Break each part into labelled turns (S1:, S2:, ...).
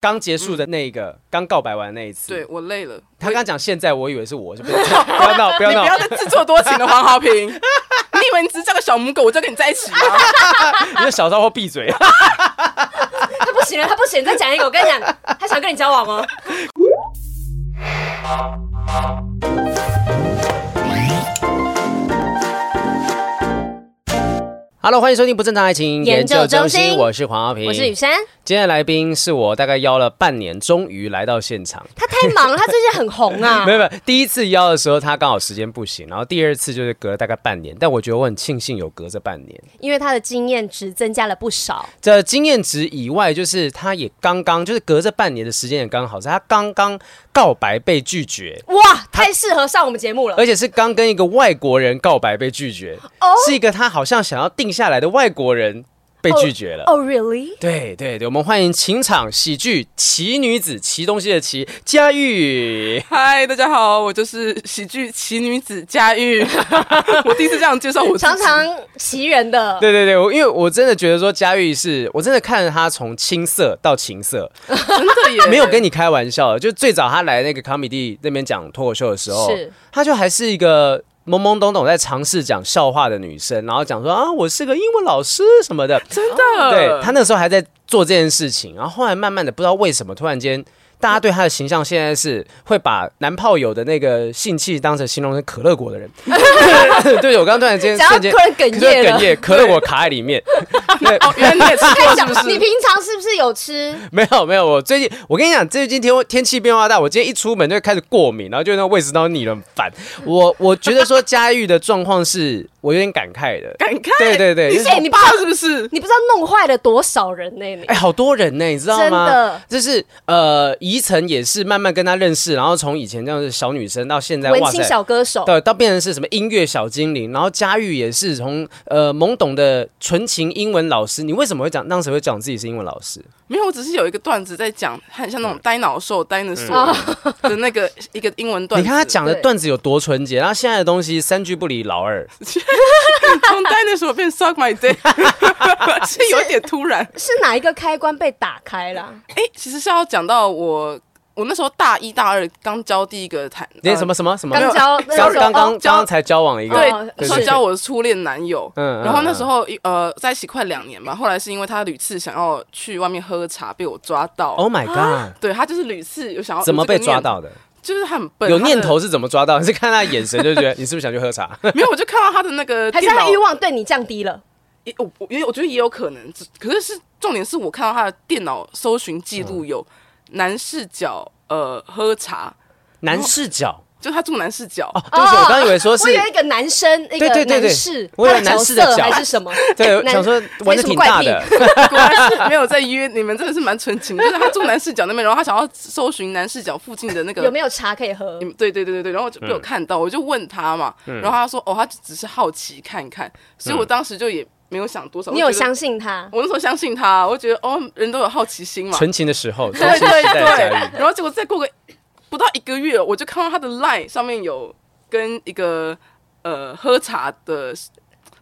S1: 刚结
S2: 嗯
S1: 束的那一个，刚、告白完那一次。
S3: 对，我累了，
S1: 他刚讲现在，我以为是 我，就不要不要闹，不要
S3: 你不
S1: 闹
S3: 要，再自作多情了，黄豪 平。你以为你只是叫个小母狗，我就跟你在一起吗？
S1: 你就小骚货闭 嘴。
S2: 他不行了，他不行，再讲一个，我跟你 讲，他想跟你交往哦。
S1: Hello，欢迎收听不正常爱情
S2: 研究中心
S1: 我是黄浩平，
S2: 我是雨。珊，
S1: 今天的来宾是我大概邀了半年，终于来到现场。
S2: 他太忙了，他最近很红啊
S1: 没。有没有，第一次邀的时候他刚好时间不行，然后第二次就是隔了大概半年，但我觉得我很庆幸有隔这半年。
S2: 因为他的经验值增加了不少。
S1: 这经验值以外，就是他也刚刚就是隔这半年的时间也刚好是他刚刚告白被拒绝，
S2: 哇，太适合上我们节目了
S1: 而。且是刚跟一个外国人告白被拒绝，
S2: 哦
S1: 是一个他好像想要定下来的外国人被拒绝了。
S2: 哦、r e a l l y
S1: 对对对，我们欢迎情场喜剧奇女子奇东西的奇佳玉。
S3: 嗨，大家好，我就是喜剧奇女子佳 玉。我第一次这样介绍我自己
S2: 常常奇人的，
S1: 对对对，我因为我真的觉得说佳玉是我真的看着她从青涩到 情色，
S3: 真的耶，
S1: 没有跟你开玩笑的，就最早他来那个 comedy 那边讲脱口秀的时候
S2: 是，
S1: 他就还是一个懵懵懂懂在尝试讲笑话的女生，然后讲说啊，我是个英文老师什么的。
S3: 真的，
S1: 对他那时候还在做这件事情，然后后来慢慢的不知道为什么，突然间大家对他的形象现在是会把男炮友的那个性气当成形容成可乐果的人。 对，我刚刚突然间
S2: 讲到
S1: 瞬
S2: 突
S1: 间。
S2: 然哽咽了
S1: 哽。咽，可乐果卡在里面。对，
S3: 哦，原来你也吃过是 不
S2: 你
S3: 是？
S2: 平常是不是有吃？
S1: 没有没有，我最近我跟你讲，最近天天气变化大，我今天一出门就开始过敏，然后就那胃食道逆了，很烦。我我觉得说佳玉的状况是我有点感慨的，
S3: 感慨，
S1: 对对对，
S3: 你
S1: 就是是
S2: 哎
S3: 你爸是不是？
S2: 你不知道弄坏了多少人呢、你
S1: 哎、好多人呢、你知道
S2: 真
S1: 吗？
S2: 的
S1: 就是呃，宜晨也是慢慢跟他认识，然后从以前这样的小女生到现在，
S2: 文
S1: 哇
S2: 青
S1: 塞，
S2: 小歌手，
S1: 对，到变成是什么音乐小精灵，然后佳玉也是从呃懵懂的纯情英文老师，你为什么会讲当时会讲自己是英文老师？
S3: 没有，我只是有一个段子在讲，很像那
S1: 嗯
S3: 种呆脑兽、呆脑兽的那个一个英文段
S1: 你
S3: 子。
S1: 看他讲的
S2: 对
S1: 段子有多纯洁，然后现在的东西三句不离老二。
S3: 从呆脑兽变 suck my day，是有点突然。
S2: 是哪一个开关被打开了？
S3: 哎、其实是要讲到我，我那时候大一大二刚交第一个谈，
S1: 那
S3: 呃
S1: 什么？什么什么？
S2: 刚
S1: 刚
S2: 交那
S1: 刚
S2: 时候
S1: 刚刚
S2: 哦交
S1: 刚才交往一个，
S3: 对
S2: 哦，
S3: 那
S1: 对
S3: 时候
S1: 对
S3: 交我的初恋男友。
S1: 嗯
S3: 然后那时候呃在一起快两年吧，后来是因为他屡次想要去外面喝茶被我抓到。
S1: ，Oh my
S2: 啊
S1: God，
S3: 对他就是屡次有想要
S1: 怎么
S3: 有这
S1: 被
S3: 个念
S1: 抓？到的？
S3: 就是他很笨，
S1: 有
S3: 他的
S1: 念头是怎么抓到？ 是看他眼神就觉得你是不是想去喝茶？
S3: 没有？我就看到他的那个
S2: 还是
S3: 电
S2: 他
S3: 脑
S2: 欲望对你降低了？
S3: 也我我也我觉得也有可能，只可是是重点是我看到他的电脑搜寻记录
S1: 嗯
S3: 有男视角呃喝茶，
S1: 男视角
S3: 就他住男视 角，
S1: 哦，对不起，我刚以为说是
S2: 我有一个男生，一
S1: 对
S2: 个
S1: 对对对
S2: 男士，
S1: 我以为
S2: 他
S1: 男
S2: 角
S1: 士的
S2: 色
S1: 角
S2: 还是什么？
S1: 对，
S2: 男
S1: 想说玩的挺大的
S2: 没，
S3: 果然是没有在约，你们真的是蛮纯情的。就是他住男视角那边，然后他想要搜寻男视角附近的那个
S2: 有没有茶可以喝
S3: 你？们对对对对对，然后就被我看到，我就问他嘛，然后他说哦，他只是好奇看看，所以我当时就也没有想多少。
S2: 你
S3: 我
S2: 有
S3: 觉得
S2: 相？信他？
S3: 我那时候相信他，我就觉得哦，人都有好奇心嘛。
S1: 纯情的时候，中
S3: 对
S1: 心时
S3: 对
S1: 代的
S3: 对
S1: 佳玉，
S3: 然后结果再过个不到一个月，我就看到他的 line 上面有跟一个呃喝茶的不知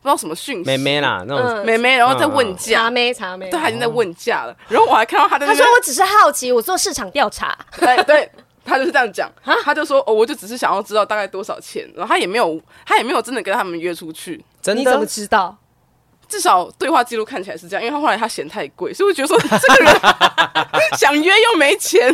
S3: 道什么讯息，
S1: 妹妹啦，那种
S2: 嗯
S3: 妹妹，然后在问
S2: 茶
S3: 价，
S2: 妹，茶妹。
S3: 对，啊他已经在问价了，然后我还看到他在那
S2: 他
S3: 边
S2: 说我只是好奇，我做市场调查。
S3: 对哎对，他就是这样讲，他就说哦，我就只是想要知道大概多少钱，然后他也没有，他也没有真的跟他们约出去，
S1: 真
S2: 你怎么
S1: 的。
S2: 知 道？
S3: 至少对话记录看起来是这样，因为他后来他嫌太贵，所以我觉得说这个人 想约又没钱，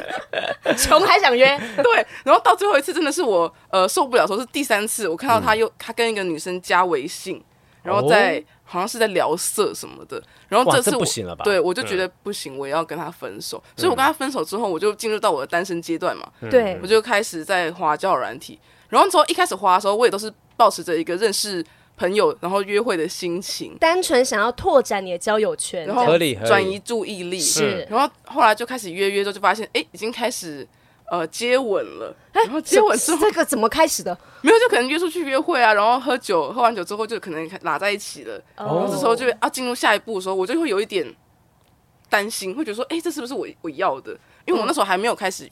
S2: 穷还想约？
S3: 对，然后到最后一次真的是我呃受不了的时候，说是第三次我看到他又、
S1: 嗯
S3: 他跟一个女生加微信，然后在、好像是在聊色什么的，然
S1: 哦
S3: 后
S1: 哇
S3: 次
S1: 这
S3: 我
S1: 不行了吧嗯
S3: 对我就觉得不行，我也要跟他分手，所以我跟他分手之后，我就进入到我的单身阶段嘛，
S1: 嗯
S2: 对
S3: 我，就开始在滑交友软体，然后从一开始滑的时候，我也都是保持着一个认识朋友然后约会的心情，
S2: 单纯想要拓展你的交友圈。
S3: 然
S2: 这样
S3: 后
S1: 合理合理
S3: 转移注意力，
S2: 是
S3: 然后后来就开始约约之后就发现，哎，已经开始呃接吻了，然后接吻之后
S2: 这这个怎么开始的？
S3: 没有就可能约出去约会啊，然后喝酒，喝完酒之后就可能拉在一起了，然
S4: 哦
S3: 后这时候
S1: 哦
S3: 就啊进入下一步的时候，我就会有一点担心，会觉得说，哎，这是不是我我要的？因为我那时候还没有开始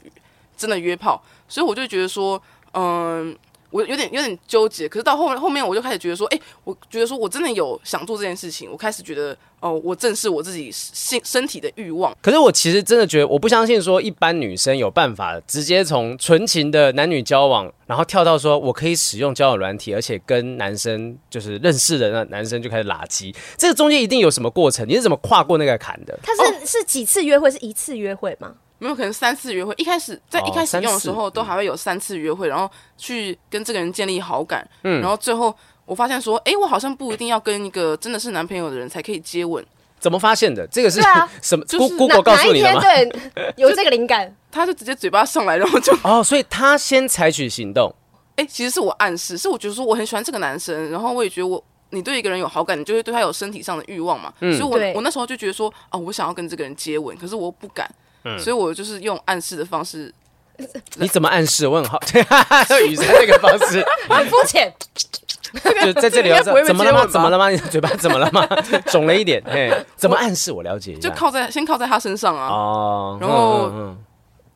S3: 真的约炮，所以我就觉得说，嗯、我有点有点纠结，可是到后面后面我就开始觉得说，哎、我觉得说我真的有想做这件事情，我开始觉得哦，我正视我自己性身体的欲望，
S1: 可是我其实真的觉得，我不相信说一般女生有办法直接从纯情的男女交往，然后跳到说我可以使用交友软体，而且跟男生就是认识的那男生就开始拉鸡，这个中间一定有什么过程，你是怎么跨过那个坎的？
S4: 他是是几次约会？是一次约会吗？
S3: 没有可能三次约会，一开始在
S1: 哦
S3: 一开始用的时
S1: 三
S3: 候
S1: 次
S3: 都还会有三次约会，然后去跟这个人建立好感，
S1: 嗯
S3: 然后最后我发现说，哎、我好像不一定要跟一个真的是男朋友的人才可以接吻，
S1: 怎么发现的？这个是、
S4: 对啊
S1: 什么、
S3: 就是
S1: Goo-
S4: 哪
S1: Google 告
S4: 哪
S1: 诉
S4: 一
S1: 你的
S4: 天
S1: 吗？
S4: 对有这个灵感？
S3: 他就直接嘴巴上来，然后就，
S1: 哦，所以他先采取行动，
S3: 哎、其实是我暗示，是我觉得说我很喜欢这个男生，然后我也觉得我。你对一个人有好感，你就会对他有身体上的欲望嘛。
S1: 嗯
S3: 所以
S4: 对
S3: 我我那时候就觉得说，啊，我想要跟这个人接吻，可是我又不敢，
S1: 嗯
S3: 所以我就是用暗示的方式。
S1: 你怎么暗示？我很好， 雨辰那个方式，
S4: 很肤浅，
S1: 就在这里要
S3: 应该不会被
S1: 怎么了吗？怎么了吗？
S3: 接吻吧
S1: 你的嘴巴怎么了吗？ 肿了一点，嘿，怎么暗示？我了解一下，
S3: 就靠在先靠在他身上啊，
S1: 哦，
S3: 然后
S1: 嗯嗯嗯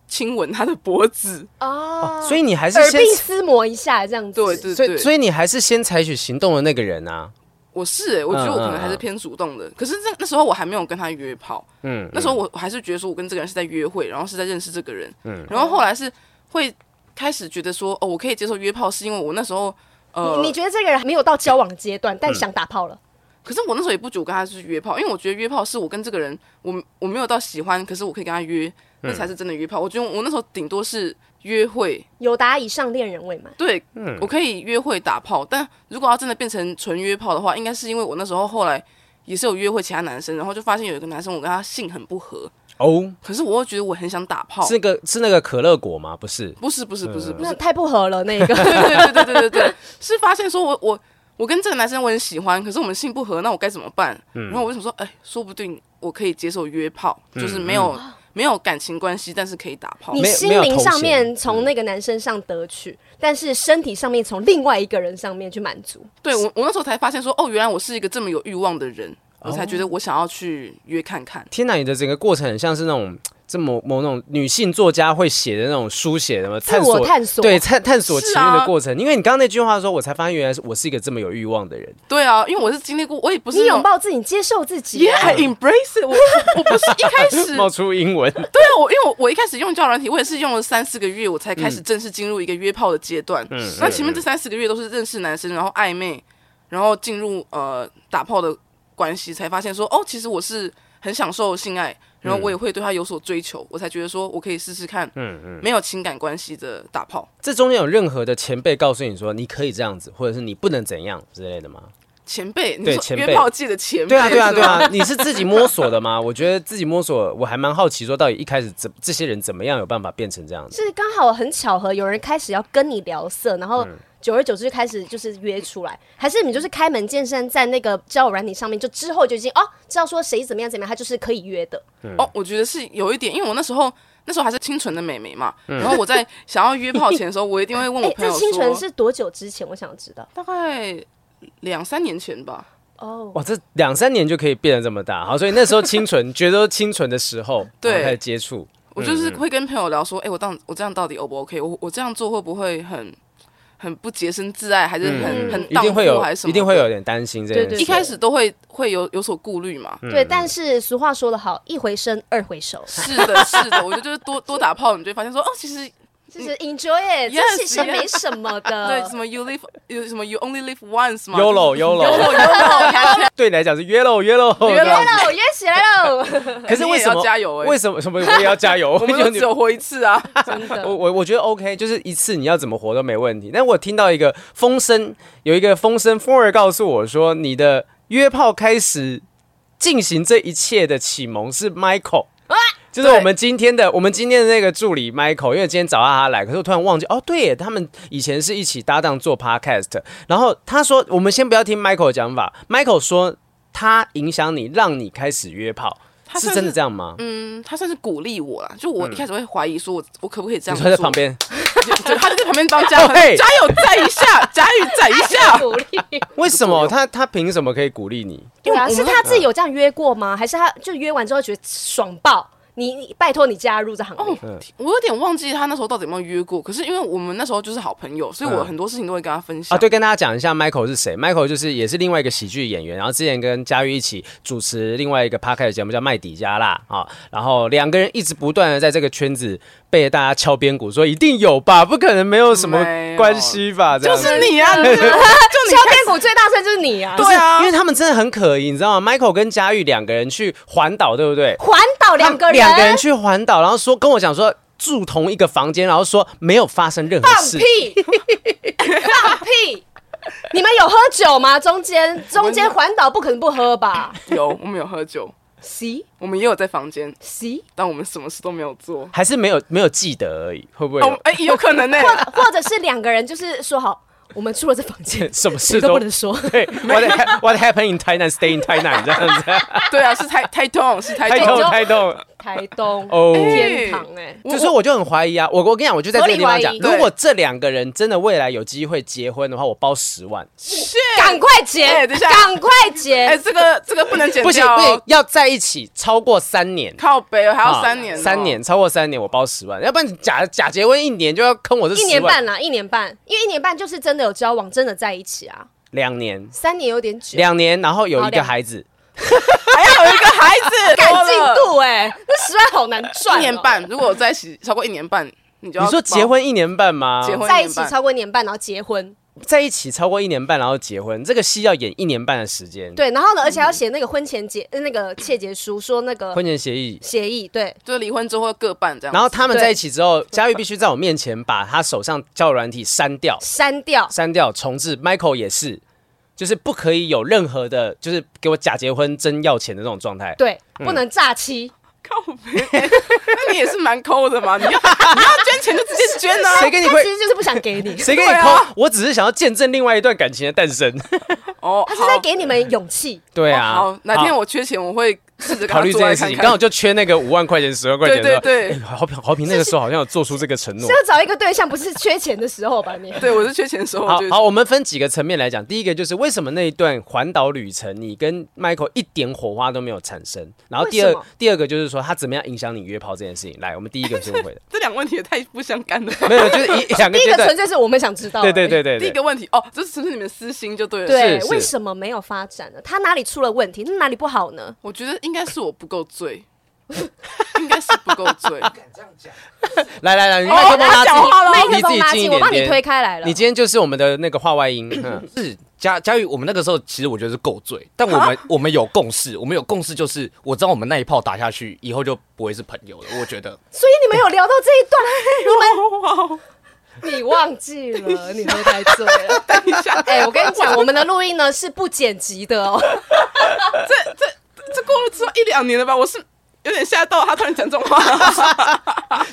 S3: 亲吻他的脖子。
S4: 哦，
S1: 所以你还是
S4: 耳
S1: 先
S4: 鬓厮磨一下这样子。
S3: 对对
S1: 所
S3: 对，
S1: 以，所以你还是先采取行动的那个人啊。
S3: 我是哎、我觉得我可能
S1: 嗯
S3: 还
S1: 嗯
S3: 是
S1: 嗯
S3: 偏主动的。可是那那时候我还没有跟他约炮，
S1: 嗯，
S3: 那时候我我还是觉得说我跟这个人是在约会，然后是在认识这个人，
S1: 嗯
S3: 然后后来是会开始觉得说哦，我可以接受约炮，是因为我那时候呃，
S4: 你你觉得这个人没有到交往阶段，
S1: 嗯
S4: 但想打炮了？
S3: 可是我那时候也不觉得我跟他是约炮，因为我觉得约炮是我跟这个人，我我没有到喜欢，可是我可以跟他约，那
S1: 嗯
S3: 才是真的约炮。我觉得我那时候顶多是约会，
S4: 有达以上恋人未满，
S3: 对，我可以约会打炮，但如果要真的变成纯约炮的话，应该是因为我那时候后来也是有约会其他男生，然后就发现有一个男生我跟他性很不合，
S1: 哦，
S3: 可是我又觉得我很想打炮。
S1: 是那个是那个可乐果吗？不是，
S3: 不是不是不是不
S4: 那
S3: 是，
S4: 太不合了那个。
S3: 对对对对对对对，是发现说我我我跟这个男生我很喜欢，可是我们性不合，那我该怎么办？然后我就想说，哎，说不定我可以接受约炮，就是没有、没有感情关系，但是可以打炮
S4: 你。
S1: 没
S4: 心
S1: 没有
S4: 灵
S1: 头
S4: 上
S1: 衔
S4: 面从
S3: 嗯
S4: 那个男生上得取，但是身体上面从另外一个人上面去满足。
S3: 对我我那时候才发现说，哦，原来我是一个这么有欲望的人，我才觉得我想要去约看看。
S1: 天哪，你的整个过程很像是那种。这某某种女性作家会写的那种书写的嘛，
S4: 自
S1: 探
S4: 我
S1: 索
S4: 探索
S1: 对探探索
S3: 是
S1: 情欲的
S3: 啊
S1: 过程。因为你刚刚那句话的时候，我才发现原来是我是一个这么有欲望的人。
S3: 对啊，因为我是经历过，我也不是
S4: 你
S3: 那
S4: 拥
S3: 种。
S4: 抱自己，接受自己。啊
S3: Yeah, embrace it 我。我不 是一开始
S1: 嗯冒出英文，
S3: 对啊，我因为我我一开始用交友软体，我也是用了三四个月，我才开
S1: 嗯
S3: 始正式进入一个约炮的阶段。嗯，那前面这三四个月都是认识男生，然后暧昧，然后进入呃打炮的关系，才发现说哦，其实我是很享受性爱，然后
S1: 嗯
S3: 我也会对他有所追求，我才觉得说我可以试试看，嗯嗯，没有情感关系的打炮。
S1: 这中间有任何的前辈告诉你说你可以这样子，或者是你不能怎样之类的吗？
S3: 前辈，你
S1: 对
S3: 说
S1: 前辈
S3: 约炮界的前辈，
S1: 对啊，对啊，
S3: 是
S1: 对
S3: 吗
S1: 啊，你是自己摸索的吗？我 觉得自己摸索，我还蛮好奇，说到底一开始怎这些人怎么样有办法变成这样子？
S4: 是刚好很巧合，有人开始要跟你聊色，
S3: 嗯
S4: 然后久而久之就开始就是约出来，还是你们就是开门见山在那个交友软体上面，就之后就已经哦知道说谁怎么样怎么样，他就是可以约的。
S3: 哦，我觉得是有一点，因为我那时候那时候还是清纯的美眉嘛，然后我在想要约炮前的时候， 我一定会问
S4: 哎、
S3: 我朋
S4: 这
S3: 友说，
S4: 清纯是多久之前？我想知道。
S3: 大概两三年前吧。
S4: 哦，
S1: 哇，这两三年就可以变得这么大，好，所以那时候清纯，觉得清纯的时候，
S3: 对
S1: 然后开始接触，
S3: 我就是会跟朋友聊说，哎、我当我这样到底 O 不 OK？我我这样做会不会很很不洁身自爱，还是很、
S4: 嗯
S3: 很
S1: 一
S3: 荡
S1: 定会有
S3: 妇还是什，么？
S1: 一定会有。点担心这件事。
S4: 对对
S3: 一开始都会会有有所顾虑
S1: 嗯
S3: 嘛。
S4: 对，但是俗话说得好，一回生二回熟，
S3: 是的，是的，我觉得就是 多多打炮，你就会发现说，哦，其实
S4: 就是 enjoy it，这
S3: Yes，
S4: 其实
S3: yes
S4: 没什么的。
S3: 对什么 you live 有什么 you only live once 嘛
S1: 呃 Yolo
S3: 哦
S1: Yolo，
S3: YOLO，
S1: 对你来讲是 Yellow Yellow
S3: Yellow
S4: 了，我约起来了，
S1: 可是为什么
S3: 欸你也要加油欸
S1: 为什么什么 我也要加油？
S3: 我们都只有活一次啊。
S4: 真
S1: 我
S4: 的。
S1: 我我觉得 OK，就是一次你要怎么活都没问题。但我听到一个风声，有一个风声，风儿告诉我说，你的约炮开始进行这一切的启蒙是 Michael。就是
S3: 啊
S1: 我们今天的我们今天的那个助理 Michael，因为今天找到他来，可是我突然忘记哦，对耶，他们以前是一起搭档做 podcast。然后他说，我们先不要听 Michael 的讲法，Michael 说他影响你，让你开始约炮，
S3: 他
S1: 是
S3: 算
S1: 真的
S3: 是
S1: 这样吗？
S3: 嗯，他算是鼓励我啦，就我一开始会怀疑说我，我可不可以这
S1: 你
S3: 样
S1: 说在
S3: 做？
S1: 旁 边，
S3: 就，就他就在旁边 当加
S1: 嘿
S3: 加油站 一下，加油站一下。
S4: 鼓励，
S1: 为什么他他凭什么可以鼓励你？
S4: 对啊，
S3: 因为我
S4: 是
S3: 们
S4: 他自己有这样约过吗？还是他就约完之后觉得爽爆，你你拜托你加入这行列。
S3: 哦，我有点忘记他那时候到底有没有约过。可是因为我们那时候就是好朋友，所以我很多事情都会跟他分享。
S1: 啊，对，跟大家讲一下，Michael 是谁？Michael 就是也是另外一个喜剧演员，然后之前跟佳玉一起主持另外一个 p a r k 的节目叫《麦迪加辣》啊，然后两个人一直不断的在这个圈子被大家敲边鼓，说一定有吧，不可能没有什么
S3: 没有
S1: 关系吧，这
S3: 就
S1: 样子
S3: 是你啊，你就是
S4: 敲边鼓最大声就是你啊！
S3: 对啊
S1: 因为他们真的很可疑，你知道吗？Michael 跟佳玉两个人去环岛，对不对？
S4: 环岛两个人，
S1: 两个人去环岛，然后说跟我讲说住同一个房间，然后说没有发生任何
S4: 放
S1: 事。
S4: 屁，放屁！你们有喝酒吗？中间中间环岛不可能不喝吧？
S3: 有，我们有喝酒，
S4: 行
S3: 我们也有在房间，
S4: 行，
S3: 但我们什么事都没有做。
S1: 还是没有没有记得而已，会不会有，
S3: 哦，哎、有可能呢、
S4: 或者是两个人就是说好，我们出了这房间
S1: 什么
S4: 谁
S1: 事
S4: 都
S1: 都
S4: 不能说。
S1: 对？What ha- What happened in Thailand? Stay in Thailand 这样子，
S3: 对啊，是台台东，是台
S1: 太
S3: 东
S1: 痛
S4: 就
S1: 太痛
S4: 台东
S1: 哦。
S4: 天堂哎，
S3: 我
S1: 就是我就很怀疑啊，我我跟你讲，我就在这个地方讲
S4: 合，理
S3: 怀疑
S1: 如果这两个人真的未来有机会结婚的话，我包十万，
S4: 赶快结
S3: 哎等一，下
S4: 赶快结
S3: 哎、，这个这个不能剪
S1: 不行
S3: 掉、哦，
S1: 不行，要在一起超过三年，
S3: 靠北还
S1: 好
S3: 要三年、哦
S1: 三年，超过三年我包十万，要不然假假结婚一年就要坑我这
S4: 一
S1: 10
S4: 年
S1: 万，
S4: 半啦，啊一年半，因为一年半就是真的有交往，真的在一起啊，
S1: 两年
S4: 三年有点久，
S1: 两年，然后有
S4: 好
S1: 一个
S4: 两
S1: 孩子，
S3: 还要有一个孩子，
S4: 赶
S3: 多
S4: 进
S3: 了
S4: 度哎，那十万好难赚哦，
S3: 一年半，如果在一起超过一年半，你就要
S1: 你说结婚一年半吗？
S3: 结婚
S4: 在一起超过一年半，然后结婚，
S1: 在一起超过一年半，然后结婚，这个戏要演一年半的时间，，
S4: 对，然后呢，而且要写那个婚前结呃那个切结书，说那个
S1: 婚前协议。
S4: 协议，对，
S3: 就离婚之后各半这样子。
S1: 然后他们在一起之后，佳玉必须在我面前把他手上交友软体删掉，
S4: 删掉，
S1: 删掉重置。Michael 也是，就是不可以有任何的，就是给我假结婚真要钱的那种状态。
S4: 对，不能诈欺，
S3: 靠北，那你也是蛮抠的嘛，你要你要捐 钱就直接捐啊。
S1: 谁给你
S4: 他其
S1: 亏？
S4: 实就是不想给你，
S1: 谁给你
S3: 对
S1: 抠
S3: 啊？
S1: 我只是想要见证另外一段感情的诞生。
S3: 哦，
S4: 他是在
S3: 好
S4: 给你们勇气，
S1: 对啊，
S3: 哦好，哪天
S1: 好
S3: 我缺钱，我会试着跟
S1: 考
S3: 他
S1: 虑这
S3: 做爱
S1: 件事
S3: 看
S1: 情，
S3: 看。
S1: 刚好就缺那个五万块钱、十万块钱的时候。
S3: 对对对
S1: 哎好平好平，那个时候好像有做出这个承诺
S4: 是。要找一个对象，不是缺钱的时候吧？你
S3: 对我是缺钱的时
S4: 哦
S3: 候，
S1: 好
S3: 我就
S1: 好，我们分几个层面来讲。第一个就是为什么那一段环岛旅程，你跟 Michael 一点火花都没有产生。然后第
S4: 为
S1: 二
S4: 什么，
S1: 第二个就是说他怎么样影响你约炮这件事情。来，我们第一个先 回答，
S3: 这两个问题也太不相干了吧。
S1: 没有，就是一两个
S4: 第一
S1: 阶
S4: 个哦
S1: 段
S4: 纯。粹是我们想知道，
S1: 对对。对对
S3: 第一
S1: 对。
S3: 个问题哦，这是纯粹你们私心就对了。
S4: 对
S1: 是，是
S4: 为什么没有发展呢？他哪里出了问题？那哪里不好呢？
S3: 我觉得应该是我不够醉， 应该是不够醉。
S1: 来来来，
S4: 哦
S1: 你麦克风
S3: 他
S1: 拉
S3: 讲话了
S1: 近，
S4: 麦克风
S1: 你自
S4: 拉
S1: 己近一
S4: 近，我
S1: 点
S4: 帮你
S1: 点
S4: 推开来了。
S1: 你今天就是我们的那个话外音。 嗯
S5: 是佳佳玉，我们那个时候其实我觉得是够醉，但我们我们有共识，我们有共识就是我知道我们那一炮打下去以后就不会是朋友了，我觉 得。
S4: 所以你们有聊到这一段，你们你忘记了，你喝太醉了。等一下， 哎、我跟你讲，我们的录音呢是不剪辑的哦。
S3: 这过了之后一两年了吧，我是有点吓到他突然讲这种话。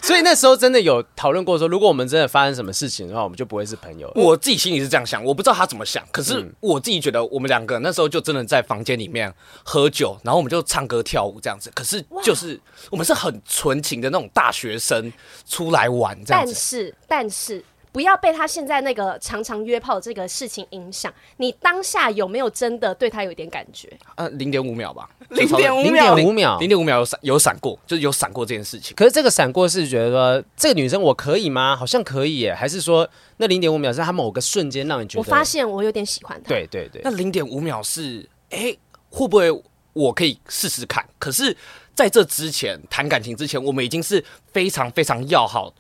S1: 所以那时候真的有讨论过说，如果我们真的发生什么事情的话，我们就不会是朋友了。
S5: 我自己心里是这样想，我不知道他怎么想，可
S1: 嗯
S5: 是我自己觉得我们两个那时候就真的在房间里面喝酒，然后我们就唱歌跳舞这样子。可是就是我们是很纯情的那种大学生出来玩这样
S4: 但
S5: 子，
S4: 是，但是不要被他现在那个常常约炮这个事情影响。你当下有没有真的对他有点感觉？
S5: 呃，零点五秒吧，
S3: 0.5
S1: 零
S3: 秒
S1: 点五秒
S5: 零，点五秒有闪有闪过，就是有闪过这件事情。
S1: 可是这个闪过是觉得说这个女生我可以吗？好像可以耶，还是说那零点五秒是她某个瞬间让你觉得？
S4: 我发现我有点喜欢他。，
S1: 对对对
S5: 那，零点五秒是，哎、会不会我可以试试看？可是在这之前谈感情之前，我们已经是非常非常要好，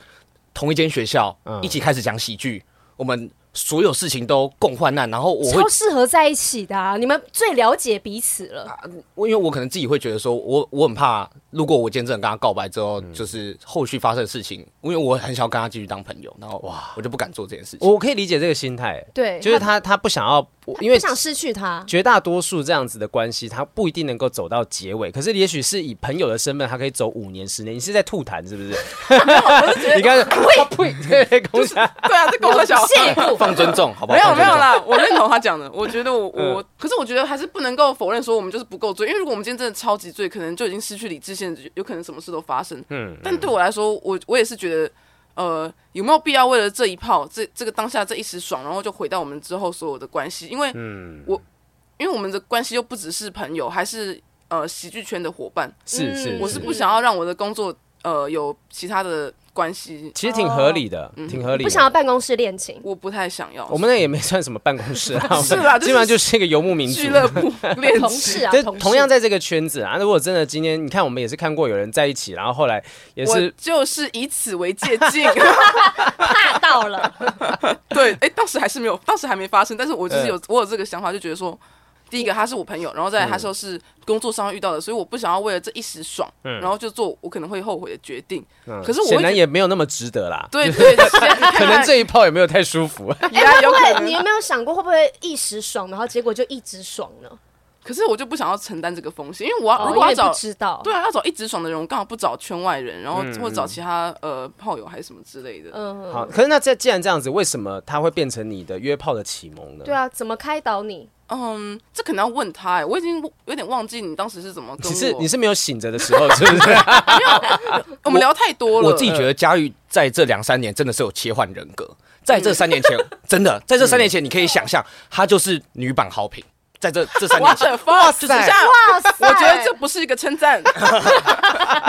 S5: 同一间学校，
S3: 嗯
S5: 一起开始讲喜剧，我们所有事情都共患难。然后我会
S3: 嗯
S4: 超，适合在一起的、啊，你们最了解彼此
S1: 啊
S4: 了。
S5: 我因为我可能自己会觉得说，我我很怕，如果我今天真的跟他告白之后，
S3: 嗯
S5: 就是后续发生的事情，因为我很想要跟他继续当朋友，然后哇，我就不敢做这件事情。
S1: 我可以理解这个心态，
S4: 对，
S1: 就是她她不想要，因
S4: 不
S1: 为
S4: 想失去他。
S1: 绝大多数这样子的关系，她不一定能够走到结尾。可是也许是以朋友的身份，她可以走五年、十年。你是在吐痰是不是？ 你刚才喂呸，对，恭喜她
S3: 对啊，这够小。
S4: 谢幕
S5: 放尊重，好不好？
S3: 没有
S5: 放
S3: 没
S5: 尊
S3: 有
S5: 重
S3: 啦， 我认同他讲的。我觉得我我，可是我觉得还是不能够否认说我们就是不够醉，因为如果我们今天真的超级醉，可能就已经失去理智线，有可能什么事都发生。嗯，但对我来说，我我也是觉得，呃，有没有必要为了这一炮，这这个当下这一时爽，然后就毁掉我嗯们之后所有的关系？因为，我因为我们的关系又不只是朋友，还是呃喜剧圈的伙伴，
S1: 是是，
S3: 我是不想要让我的工作呃有其他的关系，
S1: 其实挺合理的，挺合理的。
S4: 不想要办公室恋情。
S3: 我不太想要。
S1: 我们那也没算什么办公室啊，
S3: 是啦
S1: 我们
S3: 就是
S1: 基本上就是一个游牧民族
S3: 俱。乐部 恋
S4: 同
S3: 情，
S4: 事啊，
S1: 但
S4: 同事
S1: 同样在这个圈子啊，如果真的今天你看，我们也是看过有人在一起，然后后来也
S3: 我
S1: 是
S3: 就是以此为借鉴。
S4: 怕到了，
S3: 对，哎、当时还是没有，当时还没发生，但是我就是
S1: 嗯嗯
S3: 有，我有这个想法，就觉得说，第一个他是我朋友，然后再来他说是工作上遇到的，所以我不想要为了这一时爽，然后就做我可能会后悔的决定。可是我
S1: 嗯
S3: 会
S1: 显
S3: 觉
S1: 然
S3: 得
S1: 也没有那么值得啦。
S3: 对对，可
S1: 可能这一炮也没有太舒服。
S4: 哎
S3: 也啊有可
S4: 会你有
S3: 能，
S4: 没有想过会不会一时爽，然后结果就一直爽呢？
S3: 可是我就不想要承担这个风险，因为我要、
S4: 哦，
S3: 如
S4: 因
S3: 果要
S4: 为你不
S3: 找。
S4: 知道，
S3: 对啊，要找一直爽的人，我刚好不找圈外人，然后
S1: 嗯
S3: 或者找其他、呃炮友还是什么之类的。
S4: 嗯，
S1: 好，可是那这既然这样子，为什么它会变成你的约炮的启蒙呢？
S4: 对啊，怎么开导你？
S3: 嗯，这可能要问他、欸，我已经有点忘记你当时是怎么跟
S1: 你是
S3: 我。
S1: 你是没有醒着的时候，是不是？
S3: 我们聊太多了，
S5: 我自己觉得佳玉在这两三年真的是有切换人格，在这三年前， 真的在这三年前，你可以想象她就是女版好评，在这这三
S3: 哇
S5: 年前
S3: 塞，，哇塞，哇塞！我觉得这不是一个称赞，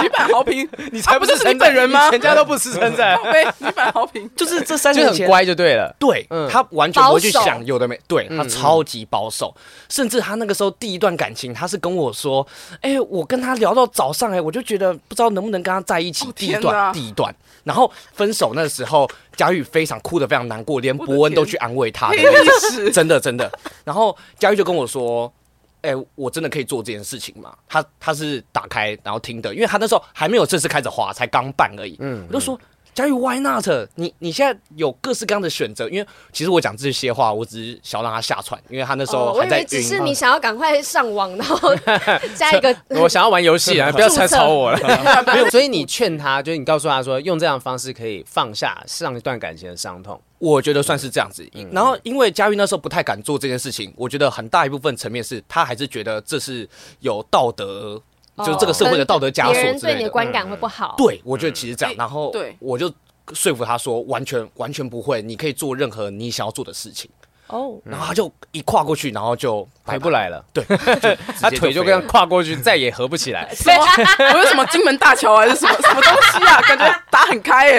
S3: 女版好评，
S1: 你
S3: 啊
S1: 才
S3: 不
S1: 不
S3: 是
S1: 是
S3: 你
S1: 称
S3: 本
S1: 赞
S3: 人吗
S1: 你？全家都不是称 赞，
S3: 对，女版好评，
S5: 就是这三
S1: 就
S5: 年
S1: 很
S5: 前，
S1: 乖就对了。
S5: 对
S1: 嗯
S5: 他完全不会去
S4: 保守
S5: 想有的没，对他超级保守，甚至他那个时候第一段感情，他是跟我说，哎，我跟他聊到早上，哎，我就觉得不知道能不能跟他在一起
S3: 哦，
S5: 第一
S3: 天哪
S5: 段第一段，然后分手那时候，佳玉非常哭的非常难过，连
S3: 的
S5: 伯恩都
S3: 天
S5: 去安慰他的
S3: 黑
S5: 那种
S3: 历史，
S5: 真的真的。然后佳玉就跟我说：“哎、我真的可以做这件事情吗？”他他是打开然后听的，因为他那时候还没有正式开始滑，才刚办而已。嗯，我就说。佳玉，Why not？你你现在有各式各样的选择，因为其实我讲这些话，我只是想要让他下船，因为他那时候
S4: 哦，我
S5: 还
S4: 以
S5: 在
S4: 为
S5: 晕。
S4: 只是你想要赶快上网，然后加一 个
S1: 我想要玩游戏啊，不要
S4: 注
S1: 再
S4: 册
S1: 吵我了。 没有，所以你劝他，就是你告诉他说，用这样的方式可以放下上一段感情的伤痛。
S5: 我觉得算是这样子。然后因为佳玉那时候不太敢做这件事情，我觉得很大一部分层面是他还是觉得这是有道德，就是这个社会的道德枷
S4: 哦
S5: 锁
S4: 别人
S5: 之
S4: 对
S5: 类
S4: 你
S5: 的
S4: 的。观感会不好。
S5: 对，我觉得其实这样，
S4: 哎
S3: 嗯
S5: 然后
S3: 对
S5: 我就说服他说，完全完全不会，你可以做任何你想要做的事情。
S4: 哦，
S5: 然后他就一跨过去，然后就
S1: 回不，来了，
S5: 对，
S1: 他腿就
S5: 跟
S1: 跟跨过去，再也合不起来。
S3: 什么？我有什么金门大桥还是什么什么东西啊？感觉打很开耶，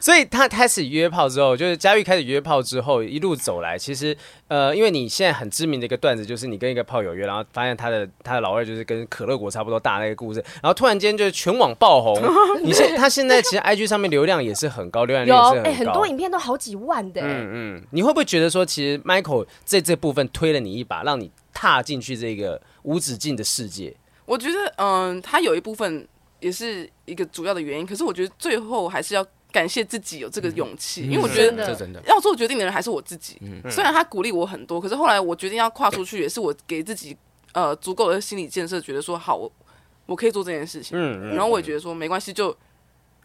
S1: 所以他开始约炮之后，就是佳玉开始约炮之后，一路走来，其实呃，因为你现在很知名的一个段子，就是你跟一个炮友约，然后发现他的他的老二就是跟可乐果差不多大那个故事，然后突然间就是全网爆 红。你现他现在其实 IG 上面流量也是很高， 浏览率
S4: 有
S1: 也是
S4: 哎，
S1: 很
S4: 很
S1: 高。
S4: 多影片都好几万的，哎
S1: 嗯，你会不会觉得说，其实 Michael 在这部分推了你一把，让你踏进去这个无止境的世界？
S3: 我觉得，嗯，他有一部分也是一个主要的原因，可是我觉得最后还是要感谢自己有这个勇气，因为我觉得
S4: 真的
S5: 这嗯真的
S3: 要做决定的人还是我自己。
S1: 嗯
S3: 虽然他鼓励我很多，可是后来我决定要跨出去，也是我给自己呃足够的心理建设，觉得说好，我我可以做这件事情。
S1: 嗯
S3: 然后我也觉得说没关系，就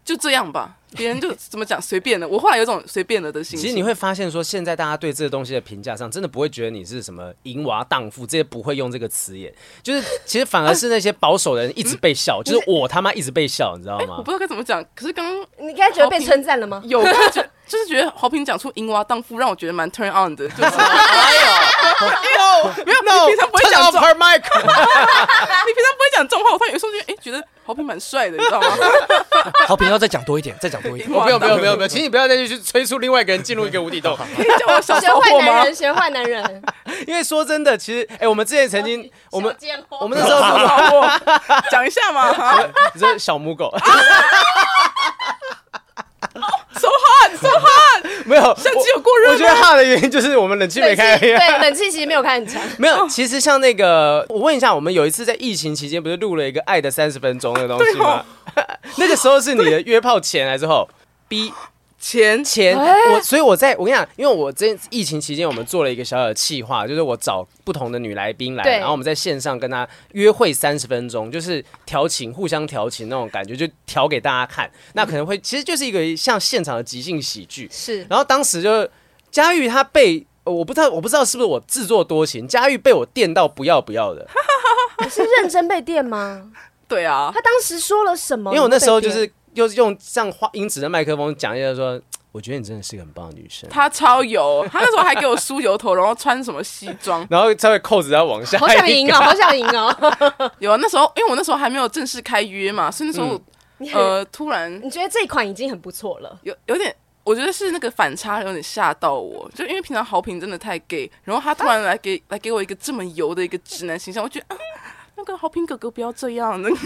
S3: 就这样吧，别人就怎么讲随便的。我后来有种随便了的心
S1: 其
S3: 情。
S1: 实你会发现说，现在大家对这个东西的评价上，真的不会觉得你是什么淫娃荡妇，这些不会用这个词眼，就是其实反而是那些保守的人一直被笑，就是我他妈一直被笑，你知道
S3: 我
S1: 吗
S3: 不？知道该怎么讲，可是刚刚
S4: 你刚才觉得被称赞了吗？
S3: 有刚刚觉就是 觉得豪平讲出“淫娃荡妇”，让我觉得蛮 turn on 的，就是
S1: 哎
S3: 哎
S1: 没有没
S3: 你平常不会讲这
S1: p e r Michael，
S3: 你平常不会讲这种话，我突然有时候觉得，哎、觉得豪平蛮帅的，你知道吗？
S5: 好评要再讲多一点，再讲多一 点。
S1: 我没有没有没有没 有，请你不要再去催促另外一个人进入一个无底洞。
S3: 可以叫我小
S4: 学
S3: 骚
S4: 坏
S3: 货吗
S4: 男？人，学坏男人，
S1: 因为说真的，其实哎、我们之前曾经我们我们那时候
S3: 小骚货，讲一 下嘛，哈
S1: 你这小母狗
S3: ，so hot so hot，
S1: 没有
S3: 相机有过热吗
S1: 我觉得哈的原因就是我们冷气没
S4: 冷气
S1: 开而已。
S4: 对冷气其实没有开很强，
S1: 没有，其实像那个，我问一下，我们有一次在疫情期间，不是录了一个《爱的三十分钟》的东西吗？ 那个时候是你的约炮前还是后？B
S3: 钱
S1: 前，我所以我在我跟你讲，因为我这疫情期间，我们做了一个小小的企划，就是我找不同的女来宾来，
S4: 对
S1: 然后我们在线上跟她约会三十分钟，就是调情，互相调情那种感觉，就调给大家看。那可能会其实就是一个像现场的即兴喜剧，
S4: 是
S1: 然后当时就佳玉她被。呃我不知道，我不知道是不是我自作多情，佳玉被我电到不要不要的，
S4: 哦是认真被电 吗？
S3: 对啊，
S4: 他当时说了什么？
S1: 因为我那时候就
S4: 被电
S1: 是又是用像花音质的麦克风讲一下说，我觉得你真的是个很棒的女生。
S3: 她超油，她那时候还给我梳油头，然后穿什么西装。
S1: 然后稍微扣子要往下，
S4: 好想 赢哦，好想赢哦！
S3: 有啊，那时候因为我那时候还没有正式开约嘛，所以那时候
S1: 嗯
S3: 我、
S4: 你很
S3: 呃突然
S4: 你觉得这一款已经很不错了，
S3: 有有点，我觉得是那个反差有点吓到我，就因为平常好评真的太 gay，然后他突然来
S1: 啊
S3: 给、来给我一个这么油的一个直男形象，我觉得啊，那个好评哥哥不要这样，那个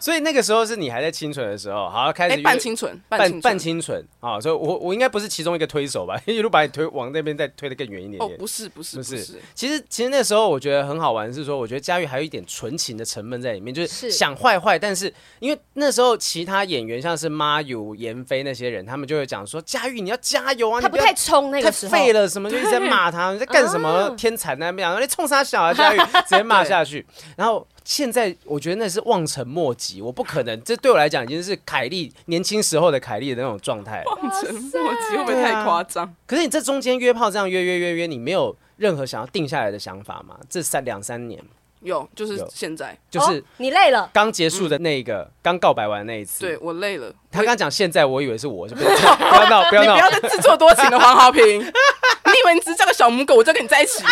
S1: 所以那个时候是你还在清纯的时候，好开
S3: 哎、
S1: 始约
S3: 半清纯，半
S1: 半
S3: 清
S1: 半
S3: 纯，
S1: 清纯啊，所以我我应该不是其中一个推手吧， 一路把你推往那边再推的更远一点
S3: 哦，
S1: 点。
S3: 不是不是
S1: 不
S3: 不
S1: 是
S3: 是，
S1: 其实其实那时候我觉得很好玩，是说我觉得佳玉还有一点纯情的成分在里面，就是
S4: 是
S1: 想坏坏，但是因为那时候其他演员像是妈友、妍霏那些人，他们就会讲说佳玉你要加油啊，
S4: 他
S1: 你
S4: 不
S1: 要
S4: 太冲那
S1: 太
S4: 个时候
S1: 废。了，什么就一直在骂他，你在干什么？天才那边，你冲啥小啊？佳玉直接骂下去。然后现在我觉得那是望尘莫及，我不可能，这对我来讲已经是凯莉年轻时候的凯莉的那种状态了。
S3: 半沉默会不会
S1: 对啊
S3: 太夸张？
S1: 可是你这中间约炮这样约约约约，你没有任何想要定下来的想法吗？这三两三年，
S3: 有，就是
S1: 有
S3: 现在，
S1: 就是
S4: 哦你累了，
S1: 刚结束的那一个，刚告白完那一次。
S3: 对，我累了，
S1: 他刚讲现在，我以为是 我，是不是？不要闹，不要
S3: 你不
S1: 闹
S3: 要，再自作多情了，黄 豪平，你以为你只是叫个小母狗，我就跟你在一起吗？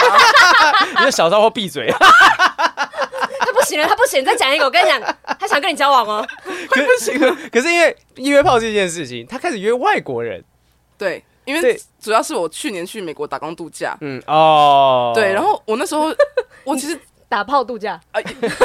S1: 你的小骚货闭 嘴。
S4: 他不行了，他不行，再讲一个，我跟你讲，他想跟你交往哦。
S1: 可是可是因为约炮这件事情，他开始约外国人。
S3: 对，因为
S1: 对
S3: 主要是我去年去美国打工度假，
S1: 嗯哦，
S3: 对，然后我 那时候我其实
S4: 打炮度假，
S3: 哎、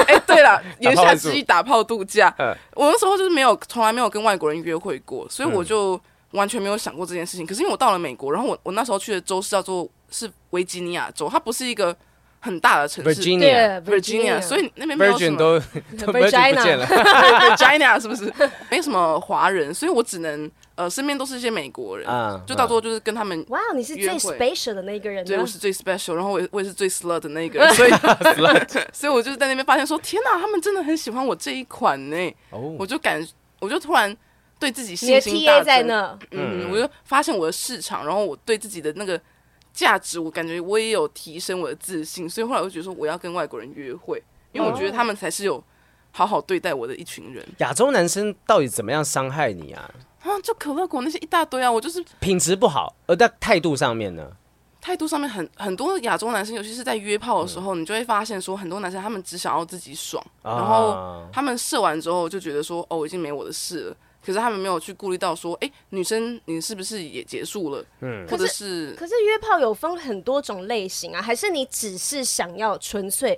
S3: 哎，对 了，言下之意打炮度假
S1: 嗯。
S3: 我那时候就是没有，从来没有跟外国人约会过，所以
S1: 嗯
S3: 我就完全没有想过这件事情。可是因为我到了美国，然后我我那时候去的州是叫做是维吉尼亚州，它不是一个很大的城市
S5: 嗯
S1: Virginia
S3: Virginia，所以那边没有什
S1: Virgin
S3: 么
S1: 都都 Virgin 不见了，
S3: Virginia 是不是没什么华人，所以我只能呃身边都是一些美国人，
S1: 嗯
S3: 就到最后就是跟他们。
S4: 哇，你是
S3: 约
S4: 最
S3: 会
S4: special 的那一个人呢啊
S3: 对，我是最 special，然后我也我也是最 slut 的那个，所以 所以我就是在那边发现说，天哪，他们真的很喜欢我这一款呢、我
S1: 哦，
S3: 就感，我就突然对自己
S4: 你的
S3: 信心大
S4: TA
S3: 增。
S4: 在那，
S3: 嗯，我就发现我的市场，然后我对自己的那个价值，我感觉我也有提升我的自信，所以后来我就觉得说我要跟外国人约会，因为
S4: 哦
S3: 我觉得他们才是有好好对待我的一群人。
S1: 亚洲男生到底怎么样伤害你啊？
S3: 啊，就可乐果那些一大堆啊，我就是
S1: 品质不好，而在态度上面呢？
S3: 态度上面很很多亚洲男生，尤其是在约炮的时候，你就会发现说，很多男生他们只想要自己爽，
S1: 嗯啊
S3: 然后他们射完之后就觉得说，哦，已经没我的事了。可是他们没有去顾虑到说，哎、女生你是不是也结束了？嗯，或者是
S4: 可是约炮有分很多种类型啊，还是你只是想要纯粹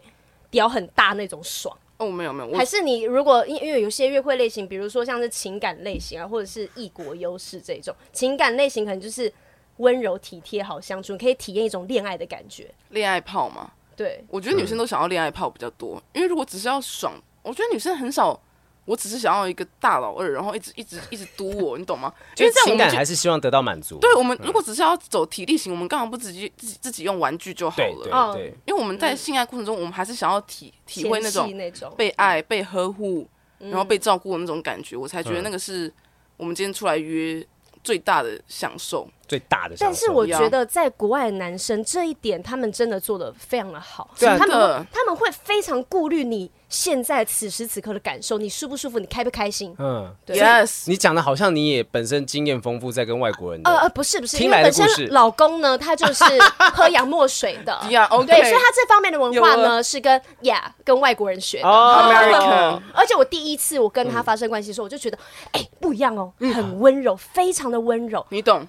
S4: 屌很大那种爽？
S3: 哦，没有没有，我
S4: 还是你如果因因为有些约会类型，比如说像是情感类型啊，或者是异国优势这种情感类型，可能就是温柔体贴、好相处，你可以体验一种恋爱的感觉。
S3: 恋爱炮嘛，
S4: 对，
S3: 我觉
S1: 嗯
S3: 得女生都想要恋爱炮比较多，因为如果只是要爽，我觉得女生很少。我只是想要一个大老二，然后一直一直一直嘟我，你懂吗？因
S1: 就
S3: 为在我
S1: 情
S3: 们
S1: 感
S3: 就
S1: 还是希望得到满足。
S3: 对我们如果只是要走体力型，我们干嘛不直接自己自己用玩具就好
S1: 对
S3: 了？
S1: 对
S3: 啊
S4: 哦
S1: 对，
S3: 因为我们在性爱过程中，我们还是想要体体会那
S4: 纤细
S3: 种
S4: 那种
S3: 被爱、被呵护，
S4: 嗯
S3: 然后被照顾的那种感觉，我才觉得那个是我们今天出来约最大的享受。
S1: 最大的享
S4: 但
S1: 受。
S4: 是我
S3: 要
S4: 觉得在国外的男生这一点，他们真的做的非常的好，
S1: 对啊
S4: 他们
S3: 真的
S4: 会他们会非常顾虑你现在此时此刻的感受，你舒不舒服，你开不开心。
S1: 嗯，
S4: 对
S3: Yes，
S1: 你讲的好像你也本身经验丰富，在跟外国人
S4: 呃
S1: 的哦
S4: 呃，不是不是，
S1: 听
S4: 因
S1: 来
S4: 为
S1: 的
S4: 本身
S1: 故事
S4: 老公呢，他就是 喝洋墨水 的
S3: Yeah，OK
S4: 对，所以他这方面的文化
S3: 有了
S4: 呢是跟 Yeah 跟外国人学的。
S1: 啊哦嗯
S3: ，American
S4: 而且我第一次我跟他发生关系的时候，我就觉得，哎，不一样哦，很温柔，非常的温柔。
S3: 你懂？